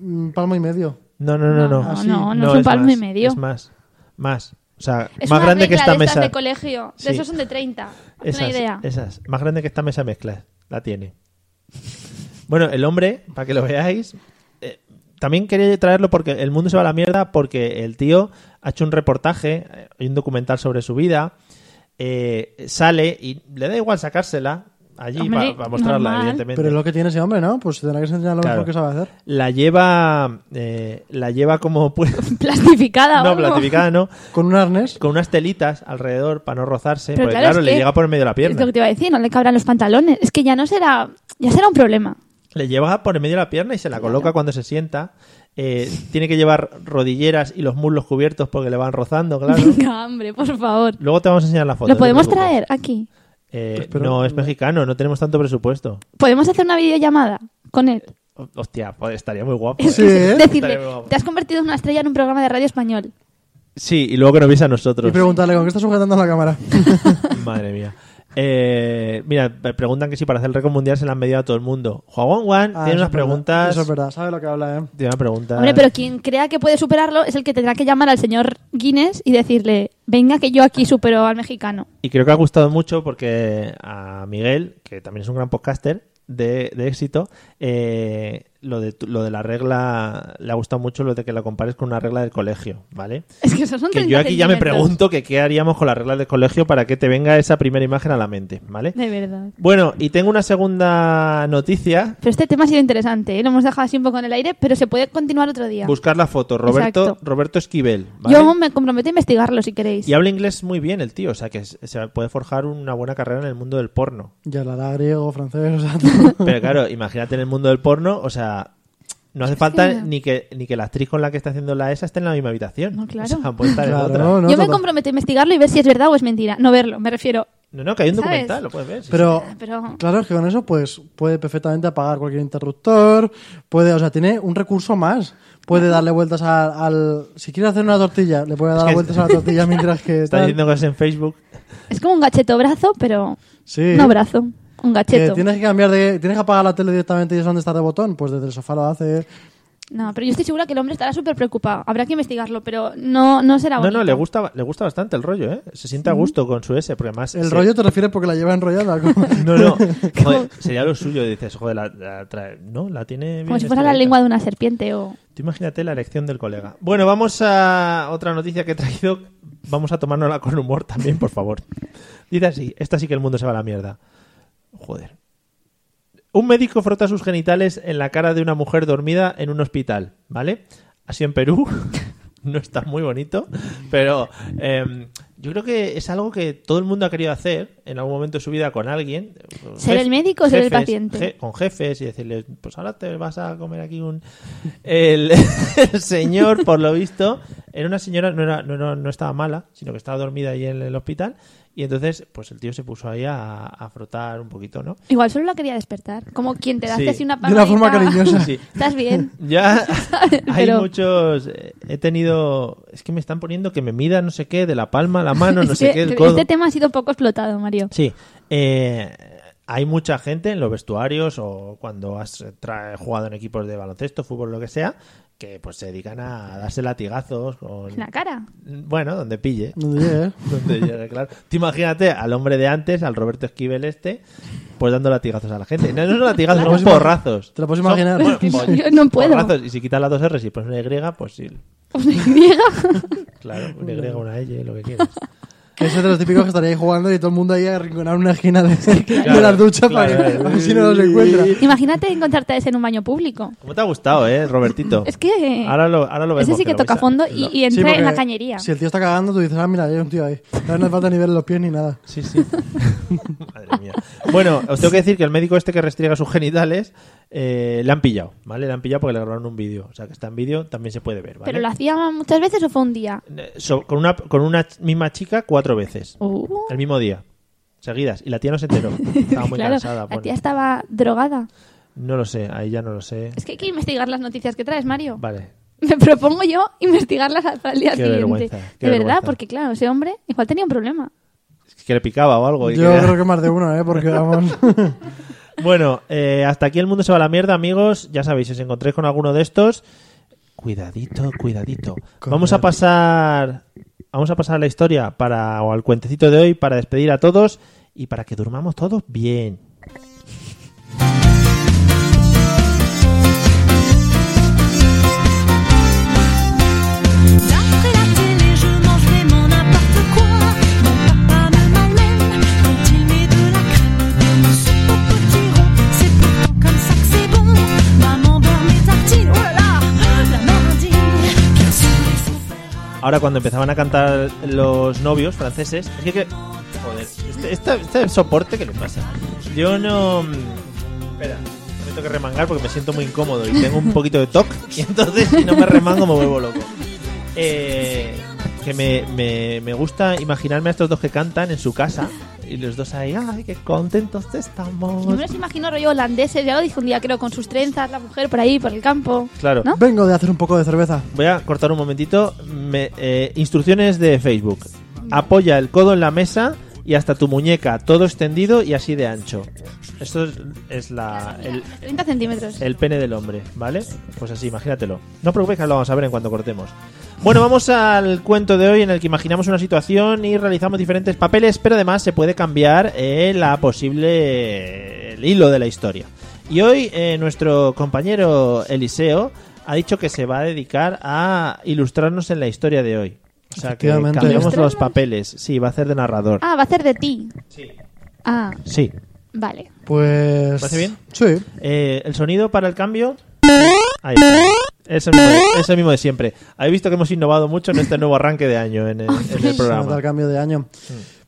[SPEAKER 5] Un palmo y medio.
[SPEAKER 3] No, no, no, Ah, no.
[SPEAKER 4] No,
[SPEAKER 5] Así.
[SPEAKER 4] no, no, es un palmo
[SPEAKER 3] más,
[SPEAKER 4] y medio.
[SPEAKER 3] Es más. Más. O sea,
[SPEAKER 4] Es
[SPEAKER 3] más
[SPEAKER 4] una
[SPEAKER 3] grande que
[SPEAKER 4] regla
[SPEAKER 3] esta
[SPEAKER 4] de estas
[SPEAKER 3] mesa.
[SPEAKER 4] de colegio.
[SPEAKER 3] Sí.
[SPEAKER 4] De esos son de 30. Haz
[SPEAKER 3] esas,
[SPEAKER 4] una idea.
[SPEAKER 3] esas. Más grande que esta mesa mezcla. La tiene. Bueno, el hombre, para que lo veáis. eh, también quería traerlo porque el mundo se va a la mierda porque el tío ha hecho un reportaje, eh, hay un documental sobre su vida. eh, sale y le da igual sacársela allí
[SPEAKER 4] Hombre,
[SPEAKER 3] para mostrarla,
[SPEAKER 4] normal.
[SPEAKER 3] evidentemente.
[SPEAKER 5] Pero es lo que tiene ese hombre, ¿no? Pues tendrá que enseñar lo
[SPEAKER 3] Claro.
[SPEAKER 5] mejor que sabe hacer.
[SPEAKER 3] La lleva. eh, la lleva como
[SPEAKER 4] [LAUGHS]
[SPEAKER 3] puede.
[SPEAKER 4] [LAUGHS] Plastificada.
[SPEAKER 3] no,
[SPEAKER 4] o algo.
[SPEAKER 3] platificada, no.
[SPEAKER 5] Con un arnés.
[SPEAKER 3] con unas telitas alrededor para no rozarse,
[SPEAKER 4] Pero
[SPEAKER 3] porque
[SPEAKER 4] claro,
[SPEAKER 3] claro,
[SPEAKER 4] es
[SPEAKER 3] le
[SPEAKER 4] que-
[SPEAKER 3] llega por el medio de la
[SPEAKER 4] Es lo
[SPEAKER 3] pierna.
[SPEAKER 4] que te iba a decir, no le cabrán los pantalones. Es que ya no será. Ya será un problema.
[SPEAKER 3] Le lleva por el medio de la pierna y se la coloca cuando se sienta. Eh, tiene que llevar rodilleras y los muslos cubiertos porque le van rozando,
[SPEAKER 4] [LAUGHS]
[SPEAKER 3] claro.
[SPEAKER 4] Venga, hombre, por favor.
[SPEAKER 3] Luego te vamos a enseñar la foto.
[SPEAKER 4] ¿Lo
[SPEAKER 3] no te
[SPEAKER 4] podemos
[SPEAKER 3] preocupes.
[SPEAKER 4] traer aquí?
[SPEAKER 3] Eh,
[SPEAKER 5] Espero-
[SPEAKER 3] no, es mexicano, no tenemos tanto presupuesto.
[SPEAKER 4] ¿Podemos hacer una videollamada con él? [LAUGHS]
[SPEAKER 3] Ho- Hostia, joder, estaría muy guapo.
[SPEAKER 5] Sí, ¿eh?
[SPEAKER 4] Decirle,
[SPEAKER 3] Estaría guapo.
[SPEAKER 4] te has convertido en una estrella en un programa de radio español.
[SPEAKER 3] Sí, y luego que nos viese a
[SPEAKER 5] Y
[SPEAKER 3] nosotros.
[SPEAKER 5] preguntarle, ¿con qué está sujetando la cámara?
[SPEAKER 3] [LAUGHS]
[SPEAKER 5] Ah,
[SPEAKER 3] Madre mía. Eh, mira, me preguntan que si para hacer el récord mundial se la han medido a todo el mundo. Juan Juan
[SPEAKER 5] Ah, eso
[SPEAKER 3] tiene unas
[SPEAKER 5] es verdad.
[SPEAKER 3] preguntas.
[SPEAKER 5] Eso es verdad, sabe lo que habla, ¿eh?
[SPEAKER 3] Tiene unas preguntas.
[SPEAKER 4] Hombre, pero quien crea que puede superarlo es el que tendrá que llamar al señor Guinness y decirle, venga que yo aquí supero al mexicano. [LAUGHS]
[SPEAKER 3] Y creo que ha gustado mucho porque a Miguel, que también es un gran podcaster de, de éxito, eh, lo, de, tu- lo de la regla le ha gustado mucho, lo de que la compares con una regla del colegio, ¿vale?
[SPEAKER 4] Es que esos son
[SPEAKER 3] Que
[SPEAKER 4] 30
[SPEAKER 3] yo aquí ya me
[SPEAKER 4] centímetros.
[SPEAKER 3] pregunto que qué haríamos con las reglas del colegio para que te venga esa primera imagen a la mente, ¿vale?
[SPEAKER 4] De verdad.
[SPEAKER 3] Bueno, y tengo una segunda noticia.
[SPEAKER 4] Pero este tema ha sido interesante, ¿eh? lo hemos dejado así un poco en el aire, pero se puede continuar otro día.
[SPEAKER 3] Buscar la foto, Roberto,
[SPEAKER 4] Exacto.
[SPEAKER 3] Roberto Esquivel. ¿vale?
[SPEAKER 4] Yo me comprometo a investigarlo si queréis.
[SPEAKER 3] Y habla inglés muy bien el tío, o sea que se se puede forjar una buena carrera en el mundo del porno.
[SPEAKER 5] Ya hablará griego,
[SPEAKER 3] [LAUGHS]
[SPEAKER 5] francés, o sea, [LAUGHS] todo.
[SPEAKER 3] Pero claro, imagínate en el mundo del porno, o sea, no hace falta
[SPEAKER 4] que-
[SPEAKER 3] ni que, ni que la actriz con la que está haciendo la ESA esté en la misma habitación.
[SPEAKER 4] No, claro.
[SPEAKER 3] O sea, puede estar en
[SPEAKER 5] Claro,
[SPEAKER 3] otra.
[SPEAKER 5] no, no,
[SPEAKER 4] yo me
[SPEAKER 5] total.
[SPEAKER 4] comprometo a investigarlo y ver si es verdad o es mentira. No verlo, me refiero.
[SPEAKER 3] No, no, que hay un
[SPEAKER 4] ¿Sabes?
[SPEAKER 3] documental, lo puedes ver. sí,
[SPEAKER 5] Pero,
[SPEAKER 4] Pero-
[SPEAKER 5] claro, es que con eso pues puede perfectamente apagar cualquier interruptor, puede, o sea, tiene un recurso más. Puede darle vueltas a- al... Si quiere hacer una tortilla, le
[SPEAKER 3] [LAUGHS]
[SPEAKER 5] puede dar
[SPEAKER 3] que-
[SPEAKER 5] vueltas a la tortilla mientras que...
[SPEAKER 3] sí. [LAUGHS] Está
[SPEAKER 5] tal.
[SPEAKER 3] diciendo cosas en Facebook.
[SPEAKER 4] Es como un gacheto brazo, pero
[SPEAKER 5] Sí.
[SPEAKER 4] no brazo, un
[SPEAKER 5] Que
[SPEAKER 4] gacheto.
[SPEAKER 5] tienes que cambiar de... Tienes que apagar la tele directamente y es donde está de botón. Pues desde el sofá lo hace.
[SPEAKER 4] No, pero yo estoy segura que el hombre estará súper preocupado. Habrá que investigarlo, pero no, no será
[SPEAKER 3] No,
[SPEAKER 4] bonito.
[SPEAKER 3] no, le gusta, le gusta bastante el rollo, ¿eh? Se siente a gusto con su S, porque además...
[SPEAKER 5] El
[SPEAKER 3] se-
[SPEAKER 5] rollo te refieres porque la lleva enrollada. como-
[SPEAKER 3] [LAUGHS] No,
[SPEAKER 5] [LAUGHS]
[SPEAKER 3] no, joder, sería lo suyo, dices, joder, la, la trae- no, la tiene bien
[SPEAKER 4] Como si fuera la
[SPEAKER 3] estrelladita.
[SPEAKER 4] lengua de una serpiente o...
[SPEAKER 3] Tú imagínate la elección del colega. Bueno, vamos a otra noticia que he traído. Vamos a tomárnosla con humor también, por favor. Dice así, esta sí que el mundo se va a la mierda. Joder. Un médico frota sus genitales en la cara de una mujer dormida en un hospital, ¿vale? Así en Perú. [LAUGHS] No está muy bonito, pero eh, yo creo que es algo que todo el mundo ha querido hacer en algún momento de su vida con alguien.
[SPEAKER 4] ¿Ser el médico o ser el paciente?
[SPEAKER 3] je- con jefes y decirles, pues ahora te vas a comer aquí un... El, [LAUGHS] el señor, por lo visto, era una señora, no, era, no, no, no estaba mala, sino que estaba dormida ahí en el hospital. Y entonces, pues el tío se puso ahí a, a frotar un poquito, ¿no?
[SPEAKER 4] Igual solo la quería despertar. Como quien te da
[SPEAKER 3] Sí.
[SPEAKER 4] así una
[SPEAKER 5] De una forma
[SPEAKER 4] palmadita.
[SPEAKER 5] cariñosa.
[SPEAKER 3] Sí.
[SPEAKER 4] [LAUGHS] ¿Estás
[SPEAKER 5] [LAUGHS]
[SPEAKER 4] bien? [LAUGHS]
[SPEAKER 3] Ya hay
[SPEAKER 4] Pero-
[SPEAKER 3] muchos... eh, He tenido... Es que me están poniendo que me mida no sé qué, de la palma, a la mano, no
[SPEAKER 4] Es
[SPEAKER 3] sé
[SPEAKER 4] que
[SPEAKER 3] qué, el
[SPEAKER 4] este
[SPEAKER 3] codo.
[SPEAKER 4] tema ha sido poco explotado, Mario.
[SPEAKER 3] Sí. eh, hay mucha gente en los vestuarios o cuando has eh, tra- jugado en equipos de baloncesto, fútbol, lo que sea, que pues se dedican a darse latigazos. Con...
[SPEAKER 4] En la cara. [LAUGHS]
[SPEAKER 3] Bueno, donde pille.
[SPEAKER 5] No llegué, ¿eh?
[SPEAKER 3] Donde llegue, claro. Tú imagínate al hombre de antes, al Roberto Esquivel este, pues dando latigazos a la gente. No, no son latigazos, son
[SPEAKER 5] puedes ima-
[SPEAKER 3] porrazos.
[SPEAKER 5] te lo puedes
[SPEAKER 3] Son-
[SPEAKER 5] imaginar.
[SPEAKER 3] bueno,
[SPEAKER 4] Yo
[SPEAKER 3] po-
[SPEAKER 4] no puedo.
[SPEAKER 3] Porrazos. Y si quitas las dos R's y pones una Y, pues sí.
[SPEAKER 5] [LAUGHS]
[SPEAKER 4] Griega.
[SPEAKER 3] Claro, una Y, una L, lo que quieras.
[SPEAKER 5] Que ese es de los típicos que estaría ahí jugando y todo el mundo ahí arrinconado en una esquina de, de las duchas para [LAUGHS] que
[SPEAKER 3] claro.
[SPEAKER 5] a ver si no los encuentra.
[SPEAKER 4] Imagínate encontrarte a ese en un baño público.
[SPEAKER 3] ¿Cómo te ha gustado, eh, Robertito?
[SPEAKER 4] Es que
[SPEAKER 3] Ahora lo, ahora lo vemos.
[SPEAKER 4] ese sí que
[SPEAKER 3] lo
[SPEAKER 4] toca
[SPEAKER 3] vais a-
[SPEAKER 4] fondo
[SPEAKER 3] lo-
[SPEAKER 4] y, y
[SPEAKER 5] Sí,
[SPEAKER 4] entra
[SPEAKER 5] porque
[SPEAKER 4] en la cañería.
[SPEAKER 5] Si el tío está cagando, tú dices, ah, mira, hay un tío ahí. Ahora no le falta ni ver los pies ni nada.
[SPEAKER 3] Sí, sí. [LAUGHS] Madre mía. Bueno, os tengo que decir que el médico este que restriega sus genitales eh, le han pillado, ¿vale? Le han pillado porque le grabaron un vídeo. O sea, que está en vídeo, también se puede ver, ¿vale?
[SPEAKER 4] ¿Pero lo hacía muchas veces o fue un día?
[SPEAKER 3] Eh, so- con, una, con una ch- misma chica cuatro veces.
[SPEAKER 4] Uh,
[SPEAKER 3] El mismo día. Seguidas. Y la tía no se
[SPEAKER 4] [LAUGHS]
[SPEAKER 3] enteró. Estaba muy
[SPEAKER 4] claro,
[SPEAKER 3] cansada.
[SPEAKER 4] la
[SPEAKER 3] pone.
[SPEAKER 4] tía estaba drogada.
[SPEAKER 3] No lo sé, ahí ya no lo sé.
[SPEAKER 4] Es que hay que investigar las noticias que traes, Mario.
[SPEAKER 3] Vale.
[SPEAKER 4] [LAUGHS] Me propongo yo investigarlas para el día
[SPEAKER 3] Qué
[SPEAKER 4] siguiente.
[SPEAKER 3] vergüenza, qué
[SPEAKER 4] de verdad,
[SPEAKER 3] vergüenza.
[SPEAKER 4] porque claro, ese hombre igual tenía un problema.
[SPEAKER 3] Es que le picaba o algo. y
[SPEAKER 5] Yo
[SPEAKER 3] quería-
[SPEAKER 5] creo que más de uno, ¿eh? Porque vamos. [LAUGHS]
[SPEAKER 3] Bueno, eh, hasta aquí el mundo se va a la mierda, amigos. Ya sabéis, si os encontréis con alguno de estos, cuidadito, cuidadito. Vamos a pasar, vamos a pasar a la historia para o al cuentecito de hoy para despedir a todos y para que durmamos todos bien.
[SPEAKER 8] D'après la télé, je mangerai mon n'importe quoi. Mon papa me malmène quand il met de la crème dans mon soupe au potiron. C'est pourtant comme ça que c'est bon. Maman beurre mes tartines. Oh là là, la merdine. Bien sûr, il faut faire
[SPEAKER 3] Ahora cuando empezaban a cantar los novios franceses, es que, que- joder, este, este- este soporte que le pasa. Yo no, mm, espera, me tengo que remangar porque me siento muy incómodo y tengo un poquito de toc y entonces si no me remango me vuelvo loco. Eh, que me, me, me gusta imaginarme a estos dos que cantan en su casa y los dos ahí, ay, qué contentos estamos.
[SPEAKER 4] Yo me los imagino rollo holandeses, ya lo dije un día, creo, con sus trenzas, la mujer por ahí, por el campo.
[SPEAKER 3] Claro.
[SPEAKER 4] ¿No?
[SPEAKER 5] Vengo de hacer un poco de cerveza.
[SPEAKER 3] Voy a cortar un momentito. Me- eh, instrucciones de Facebook. Apoya el codo en la mesa y hasta tu muñeca, todo extendido y así de ancho. Esto es, es la, el,
[SPEAKER 4] 30 centímetros.
[SPEAKER 3] el pene del hombre, ¿vale? Pues así, imagínatelo. No os preocupéis que lo vamos a ver en cuanto cortemos. Bueno, vamos al cuento de hoy en el que imaginamos una situación y realizamos diferentes papeles, pero además se puede cambiar eh, la posible el hilo de la historia. Y hoy eh, nuestro compañero Eliseo ha dicho que se va a dedicar a ilustrarnos en la historia de hoy. O sea, que
[SPEAKER 5] Efectivamente.
[SPEAKER 3] cambiamos los
[SPEAKER 4] ¿Ilustrarnos?
[SPEAKER 3] papeles. Sí, va a hacer de narrador.
[SPEAKER 4] Ah, va a ser de ti. Sí. Ah,
[SPEAKER 3] Sí. [LAUGHS]
[SPEAKER 4] vale.
[SPEAKER 5] Pues.
[SPEAKER 3] ¿Parece bien?
[SPEAKER 5] Sí.
[SPEAKER 3] Eh, el sonido para el cambio. Ahí está. Es el, mismo de, es el mismo de siempre. Habéis visto que hemos innovado mucho en este nuevo arranque de año en el,
[SPEAKER 4] Oh,
[SPEAKER 3] en el
[SPEAKER 5] Se nota
[SPEAKER 3] programa. Mm.
[SPEAKER 5] el cambio de año.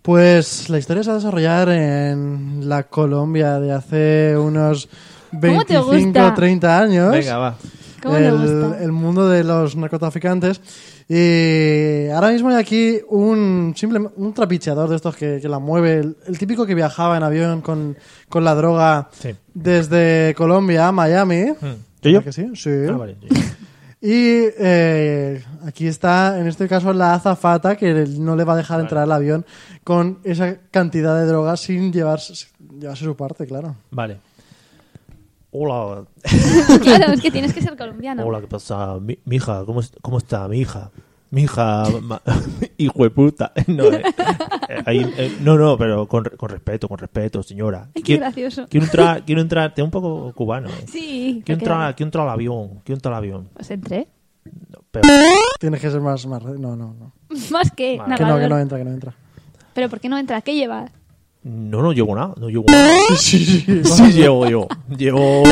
[SPEAKER 5] Pues la historia se va a desarrollar en la Colombia de hace unos
[SPEAKER 4] ¿Cómo te gusta?
[SPEAKER 5] 25 30 años.
[SPEAKER 3] Venga, va.
[SPEAKER 4] ¿Cómo le
[SPEAKER 5] el,
[SPEAKER 4] gusta?
[SPEAKER 5] el mundo de los narcotraficantes. Y ahora mismo hay aquí un simple un trapicheador de estos que, que la mueve, el, el típico que viajaba en avión con, con la droga
[SPEAKER 3] Sí.
[SPEAKER 5] desde Colombia a Miami.
[SPEAKER 3] ¿Yo, yo?
[SPEAKER 5] ¿A que sí? Sí.
[SPEAKER 3] Ah, vale, yo- yo.
[SPEAKER 5] Y eh, aquí está, en este caso, la azafata que no le va a dejar entrar al avión con esa cantidad de droga sin llevarse, sin llevarse su parte, claro.
[SPEAKER 3] Vale. Hola,
[SPEAKER 4] claro, es que tienes que ser colombiano.
[SPEAKER 3] hola, ¿qué pasa? Mi, hija, ¿cómo, es- ¿cómo está mi hija? Mi hija, ma- [LAUGHS] hijo de puta. [LAUGHS] No, eh, eh, ahí, eh, no, no, pero con, re- con respeto, con respeto, señora.
[SPEAKER 4] Ay, qué gracioso.
[SPEAKER 3] Quiero entrar, quiero entrar, te un poco cubano. eh. Quiero
[SPEAKER 4] Sí. me ha quedado.
[SPEAKER 3] entrar, quiero entrar al avión, quiero entrar al avión.
[SPEAKER 4] Pues entré. [LAUGHS]
[SPEAKER 3] Pero-
[SPEAKER 5] Tienes que ser más... más no, no, no.
[SPEAKER 4] Más que
[SPEAKER 3] Vale.
[SPEAKER 5] Que no,
[SPEAKER 4] narrador.
[SPEAKER 5] que no entra, que no entra.
[SPEAKER 4] Pero ¿por qué no entra? ¿Qué llevas?
[SPEAKER 3] No, no llevo nada, no llevo
[SPEAKER 4] [LAUGHS]
[SPEAKER 3] nada.
[SPEAKER 5] Sí, sí,
[SPEAKER 3] [LAUGHS] Sí llevo yo, llevo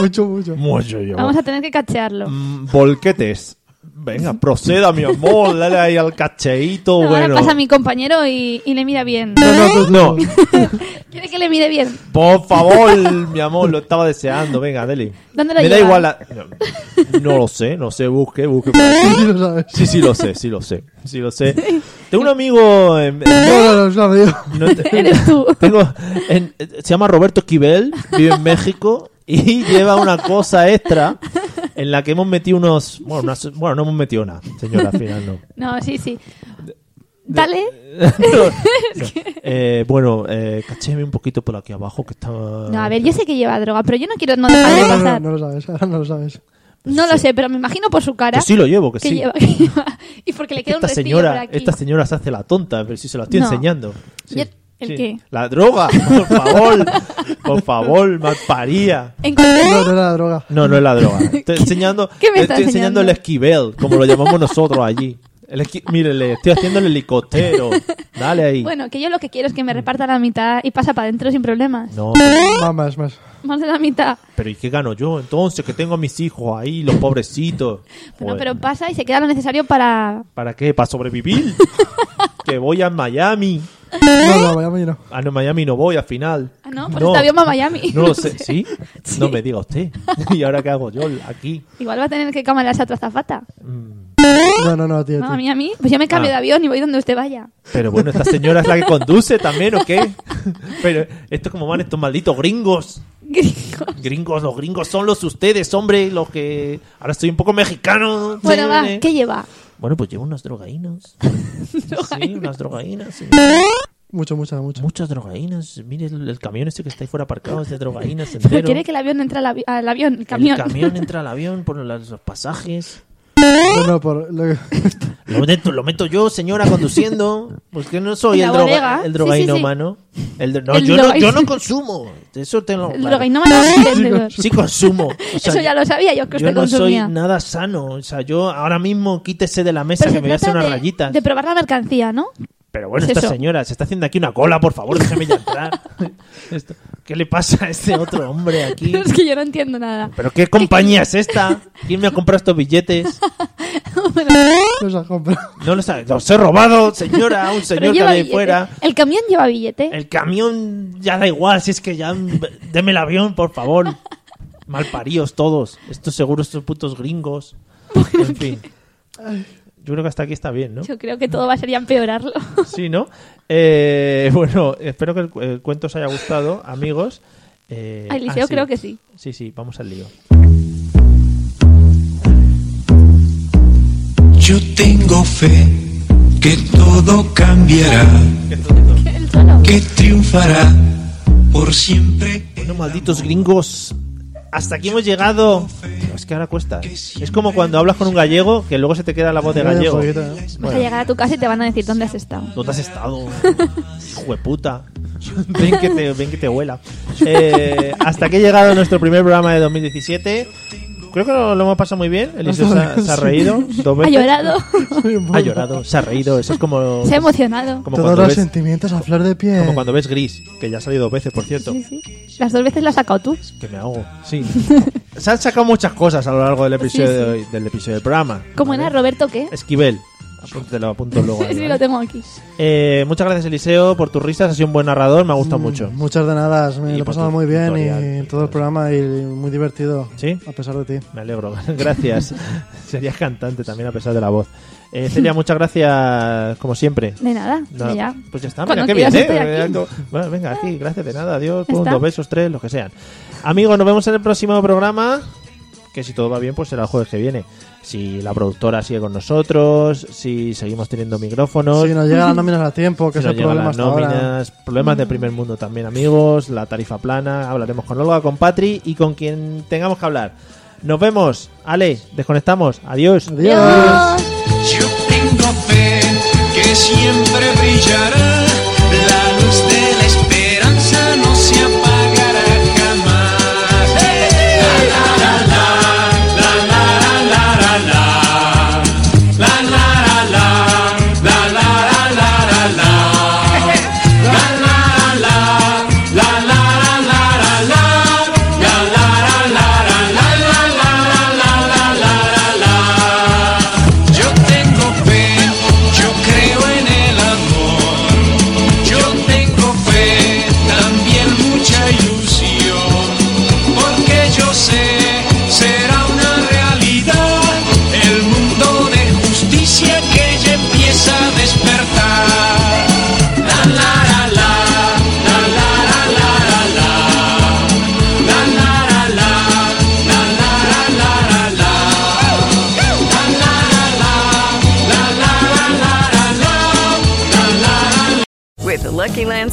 [SPEAKER 5] Mucho, mucho.
[SPEAKER 3] mucho yo.
[SPEAKER 4] Vamos a tener que cachearlo.
[SPEAKER 3] Mm, Volquetes. Venga, proceda, mi amor, dale ahí al cacheíto,
[SPEAKER 4] No,
[SPEAKER 3] bueno.
[SPEAKER 4] Ahora pasa mi compañero y, y le mira bien.
[SPEAKER 5] No,
[SPEAKER 4] [LAUGHS]
[SPEAKER 5] no, no.
[SPEAKER 4] ¿Quiere que le mire bien?
[SPEAKER 3] Por favor, mi amor, lo estaba deseando. Venga, Deli.
[SPEAKER 4] ¿Dónde lo
[SPEAKER 3] Me da
[SPEAKER 4] llevas?
[SPEAKER 3] igual la... no, no lo sé, no sé, busque, busque.
[SPEAKER 4] [LAUGHS]
[SPEAKER 3] por ahí.
[SPEAKER 5] Sí, lo sabes.
[SPEAKER 3] ¿Eh? Sí, sí lo sé, sí lo sé, sí lo sé. Tengo un amigo... en- en-
[SPEAKER 5] No, no, no, es lo digo.
[SPEAKER 4] [LAUGHS]
[SPEAKER 3] no te-
[SPEAKER 4] Eres tú.
[SPEAKER 3] Tengo, en- se llama Roberto Esquivel, vive en México y [LAUGHS] lleva una cosa extra en la
[SPEAKER 4] [LAUGHS]
[SPEAKER 3] que hemos metido unos. Bueno, unas- bueno no hemos metido nada, señora, al final no.
[SPEAKER 4] No, sí, sí. Dale.
[SPEAKER 3] Eh, bueno, eh, cachéame un poquito por aquí abajo que está.
[SPEAKER 4] No, a ver, yo sé que lleva droga, pero yo no quiero no
[SPEAKER 3] ¿Eh?
[SPEAKER 4] dejarlo
[SPEAKER 5] No, no,
[SPEAKER 4] pasar.
[SPEAKER 5] no lo sabes, ahora no lo sabes.
[SPEAKER 4] No lo sé, pero me imagino por su cara
[SPEAKER 3] Que sí lo llevo, que,
[SPEAKER 4] que
[SPEAKER 3] sí.
[SPEAKER 4] lleva- [LAUGHS] que lleva- y porque le queda un
[SPEAKER 3] Esta
[SPEAKER 4] restillo por
[SPEAKER 3] señora,
[SPEAKER 4] aquí.
[SPEAKER 3] esta señora se hace la tonta, pero si se la estoy
[SPEAKER 4] No.
[SPEAKER 3] enseñando. Sí,
[SPEAKER 4] Yo- ¿el
[SPEAKER 3] sí.
[SPEAKER 4] qué?
[SPEAKER 3] La droga, por favor, por favor, malparía.
[SPEAKER 4] Encontré-
[SPEAKER 5] No, no era la droga.
[SPEAKER 3] No, no es la
[SPEAKER 4] [LAUGHS]
[SPEAKER 3] droga. Estoy enseñando,
[SPEAKER 4] qué me
[SPEAKER 3] le
[SPEAKER 4] está
[SPEAKER 3] estoy enseñando
[SPEAKER 4] enseñando?
[SPEAKER 3] el esquivel, como lo llamamos nosotros allí. El esqui- mire, le estoy haciendo el helicóptero. Dale ahí.
[SPEAKER 4] Bueno, que yo lo que quiero es que me reparta la mitad y pasa para adentro sin problemas.
[SPEAKER 3] No,
[SPEAKER 5] Va, más,
[SPEAKER 3] ¿Eh?
[SPEAKER 5] más.
[SPEAKER 4] Más de la mitad.
[SPEAKER 3] pero ¿y qué gano yo entonces? Que tengo a mis hijos ahí, los pobrecitos.
[SPEAKER 4] Bueno,
[SPEAKER 3] Joder.
[SPEAKER 4] pero pasa y se queda lo necesario para... [LAUGHS]
[SPEAKER 3] ¿Para qué? ¿Para sobrevivir? que voy a Miami.
[SPEAKER 5] No, no, vaya, mira.
[SPEAKER 3] Ah, no, Miami no voy al final.
[SPEAKER 4] Ah, no, pues está bien para Miami.
[SPEAKER 3] No lo
[SPEAKER 4] No
[SPEAKER 3] sé,
[SPEAKER 4] sé. [LAUGHS]
[SPEAKER 3] ¿sí?
[SPEAKER 4] Sí.
[SPEAKER 3] No me diga usted. [LAUGHS] ¿Y ahora qué hago yo aquí?
[SPEAKER 4] Igual va a tener que cámaras a otra zafata.
[SPEAKER 5] No, no, no, tío.
[SPEAKER 4] No,
[SPEAKER 5] tío.
[SPEAKER 4] a mí, a mí. Pues yo me cambio
[SPEAKER 3] Ah.
[SPEAKER 4] de avión y voy donde usted vaya. [LAUGHS]
[SPEAKER 3] Pero bueno, esta señora es la que conduce también, ¿o qué? [LAUGHS] Pero esto es como van estos malditos gringos.
[SPEAKER 4] Gringo.
[SPEAKER 3] Gringos, los gringos son los ustedes, hombre, los que... Ahora estoy un poco mexicano.
[SPEAKER 4] Bueno, va, ¿qué lleva?
[SPEAKER 3] Bueno, pues llevo unas
[SPEAKER 4] [LAUGHS]
[SPEAKER 3] drogaínas. Sí, unas drogaínas. sí.
[SPEAKER 5] Mucho, mucho, mucho.
[SPEAKER 3] Muchas drogaínas. Mire el, el camión este que está ahí fuera aparcado es de
[SPEAKER 4] [LAUGHS]
[SPEAKER 3] drogaínas entero.
[SPEAKER 4] Pero quiere que el avión entre al, avi- al avión, el camión.
[SPEAKER 3] El
[SPEAKER 4] [LAUGHS]
[SPEAKER 3] camión entra al avión por las- los pasajes.
[SPEAKER 5] No, no, por. lo- [LAUGHS]
[SPEAKER 3] Lo meto, lo meto yo, señora, conduciendo. Porque no soy
[SPEAKER 4] En
[SPEAKER 3] el,
[SPEAKER 4] la
[SPEAKER 3] droga-
[SPEAKER 4] bodega.
[SPEAKER 3] el
[SPEAKER 4] Sí,
[SPEAKER 3] drogaíno
[SPEAKER 4] sí, sí.
[SPEAKER 3] humano. El dro- no,
[SPEAKER 4] El
[SPEAKER 3] yo no,
[SPEAKER 4] drogaíno.
[SPEAKER 3] yo no consumo. Eso te lo.
[SPEAKER 4] el
[SPEAKER 3] claro.
[SPEAKER 4] drogainómano es un vendedor.
[SPEAKER 3] Sí consumo. O sea,
[SPEAKER 4] [LAUGHS] Eso ya lo sabía yo que
[SPEAKER 3] yo
[SPEAKER 4] usted
[SPEAKER 3] no
[SPEAKER 4] consumía.
[SPEAKER 3] soy nada sano. O sea, yo ahora mismo quítese de la mesa
[SPEAKER 4] Pero
[SPEAKER 3] que
[SPEAKER 4] se
[SPEAKER 3] me voy a hacer
[SPEAKER 4] trata
[SPEAKER 3] unas
[SPEAKER 4] de,
[SPEAKER 3] rayitas.
[SPEAKER 4] de probar la mercancía, ¿no?
[SPEAKER 3] Pero bueno,
[SPEAKER 4] es
[SPEAKER 3] esta
[SPEAKER 4] eso.
[SPEAKER 3] señora se está haciendo aquí una cola, por favor, déjeme ya entrar. Esto- ¿Qué le pasa a este otro hombre aquí?
[SPEAKER 4] [LAUGHS] Es que yo no entiendo nada.
[SPEAKER 3] ¿Pero qué compañía es esta? ¿Quién me ha comprado estos billetes?
[SPEAKER 5] Los ha comprado.
[SPEAKER 3] No lo sabes. Los he robado, señora, a un
[SPEAKER 4] Pero
[SPEAKER 3] señor que había
[SPEAKER 4] lleva
[SPEAKER 3] ahí
[SPEAKER 4] billete.
[SPEAKER 3] fuera.
[SPEAKER 4] El camión lleva billete.
[SPEAKER 3] El camión ya da igual, si es que ya deme el avión, por favor. Malparíos todos. Estos seguros, estos putos
[SPEAKER 4] [LAUGHS]
[SPEAKER 3] gringos. en fin. Yo creo que hasta aquí está bien, ¿no?
[SPEAKER 4] Yo creo que todo va a ser
[SPEAKER 3] [LAUGHS]
[SPEAKER 4] ya empeorarlo.
[SPEAKER 3] Sí, ¿no? Eh, [LAUGHS] bueno, espero que el, cu- el cuento os haya gustado, amigos. Eh,
[SPEAKER 4] Al liceo
[SPEAKER 3] ah,
[SPEAKER 4] creo que sí.
[SPEAKER 3] Sí, sí, vamos al lío.
[SPEAKER 9] Yo tengo fe que todo cambiará,
[SPEAKER 4] El solo.
[SPEAKER 9] que triunfará por siempre.
[SPEAKER 3] Bueno, malditos gringos. Hasta aquí hemos llegado. Es que ahora cuesta. ¿eh? Es como cuando hablas con un gallego que luego se te queda la voz de
[SPEAKER 5] Vaya
[SPEAKER 3] gallego. [LAUGHS]
[SPEAKER 5] poquito, ¿eh?
[SPEAKER 4] Vas a llegar a tu casa y te van a decir dónde has estado.
[SPEAKER 3] ¿Dónde has
[SPEAKER 5] [LAUGHS]
[SPEAKER 3] estado? Hijo de puta. [LAUGHS] Ven que te, ven que te huela. Eh, hasta que ha llegado nuestro primer programa de 2017. Creo que lo, lo hemos pasado muy bien.
[SPEAKER 5] [LAUGHS]
[SPEAKER 3] Eliseo se, ha- se ha reído dos
[SPEAKER 4] Ha
[SPEAKER 3] veces.
[SPEAKER 4] llorado.
[SPEAKER 3] Ha llorado, se ha reído. Eso es como,
[SPEAKER 4] Se ha emocionado.
[SPEAKER 3] como,
[SPEAKER 5] Todos
[SPEAKER 3] cuando
[SPEAKER 5] los
[SPEAKER 3] ves,
[SPEAKER 5] sentimientos a flor de piel.
[SPEAKER 3] como cuando ves Gris, que ya ha salido dos veces, por cierto.
[SPEAKER 4] Sí, sí. Las dos veces la has sacado tú.
[SPEAKER 3] Que me ahogo. Sí. [LAUGHS] Se han sacado muchas cosas a lo largo del episodio,
[SPEAKER 4] Sí, sí.
[SPEAKER 3] de hoy- del, episodio del programa.
[SPEAKER 4] ¿Cómo era Roberto qué?
[SPEAKER 3] Esquivel. Apúntelo, apunto luego. ahí,
[SPEAKER 4] [LAUGHS] Sí,
[SPEAKER 3] ¿vale?
[SPEAKER 4] lo tengo aquí.
[SPEAKER 3] Eh, muchas gracias, Eliseo, por tus risas. Has sido un buen narrador, me ha
[SPEAKER 4] Mm.
[SPEAKER 3] gustado mucho.
[SPEAKER 5] Mm, Muchas de nada, me
[SPEAKER 3] Y
[SPEAKER 5] lo he
[SPEAKER 3] por
[SPEAKER 5] pasado
[SPEAKER 3] tu
[SPEAKER 5] muy bien
[SPEAKER 3] tutorial.
[SPEAKER 5] y todo el programa y muy divertido.
[SPEAKER 3] ¿Sí?
[SPEAKER 5] A pesar de ti.
[SPEAKER 3] Me alegro, [LAUGHS]
[SPEAKER 4] [LAUGHS]
[SPEAKER 3] gracias. Serías cantante también a pesar de la voz. Eh, Celia, muchas gracias, como siempre.
[SPEAKER 4] De nada.
[SPEAKER 3] No,
[SPEAKER 4] ya.
[SPEAKER 3] Pues ya está,
[SPEAKER 4] Cuando
[SPEAKER 3] mira, qué bien,
[SPEAKER 4] quieras
[SPEAKER 3] ¿eh?
[SPEAKER 4] estoy aquí.
[SPEAKER 3] Algo- Bueno, venga, aquí, gracias de nada, adiós,
[SPEAKER 4] Ya
[SPEAKER 3] pum,
[SPEAKER 4] está.
[SPEAKER 3] dos besos, tres, los que sean. Amigos, nos vemos en el próximo programa, que si todo va bien, pues será el jueves que viene. Si la productora sigue con nosotros, si seguimos teniendo micrófonos,
[SPEAKER 5] Si nos llegan las nóminas a tiempo,
[SPEAKER 3] si
[SPEAKER 5] que es
[SPEAKER 3] nos
[SPEAKER 5] el
[SPEAKER 3] llegan
[SPEAKER 5] problema
[SPEAKER 3] las
[SPEAKER 5] hasta ahora.
[SPEAKER 3] nóminas, problemas de primer mundo también, amigos, la tarifa plana, hablaremos con Olga, con Patri y con quien tengamos que hablar. Nos vemos, Ale, desconectamos, adiós.
[SPEAKER 5] Adiós.
[SPEAKER 9] Yo tengo fe que siempre brillará, la luz de la esperanza no se apagará jamás. La, la, la, la, la, la, la, la. La, la, la, la, la, la, la, la, la. La, la, la, la, la, la, la, la, la. La, la, la, la, la, la, la, la, la, la, la, la. Yo tengo fe, yo creo en el amor.
[SPEAKER 8] With the Lucky Land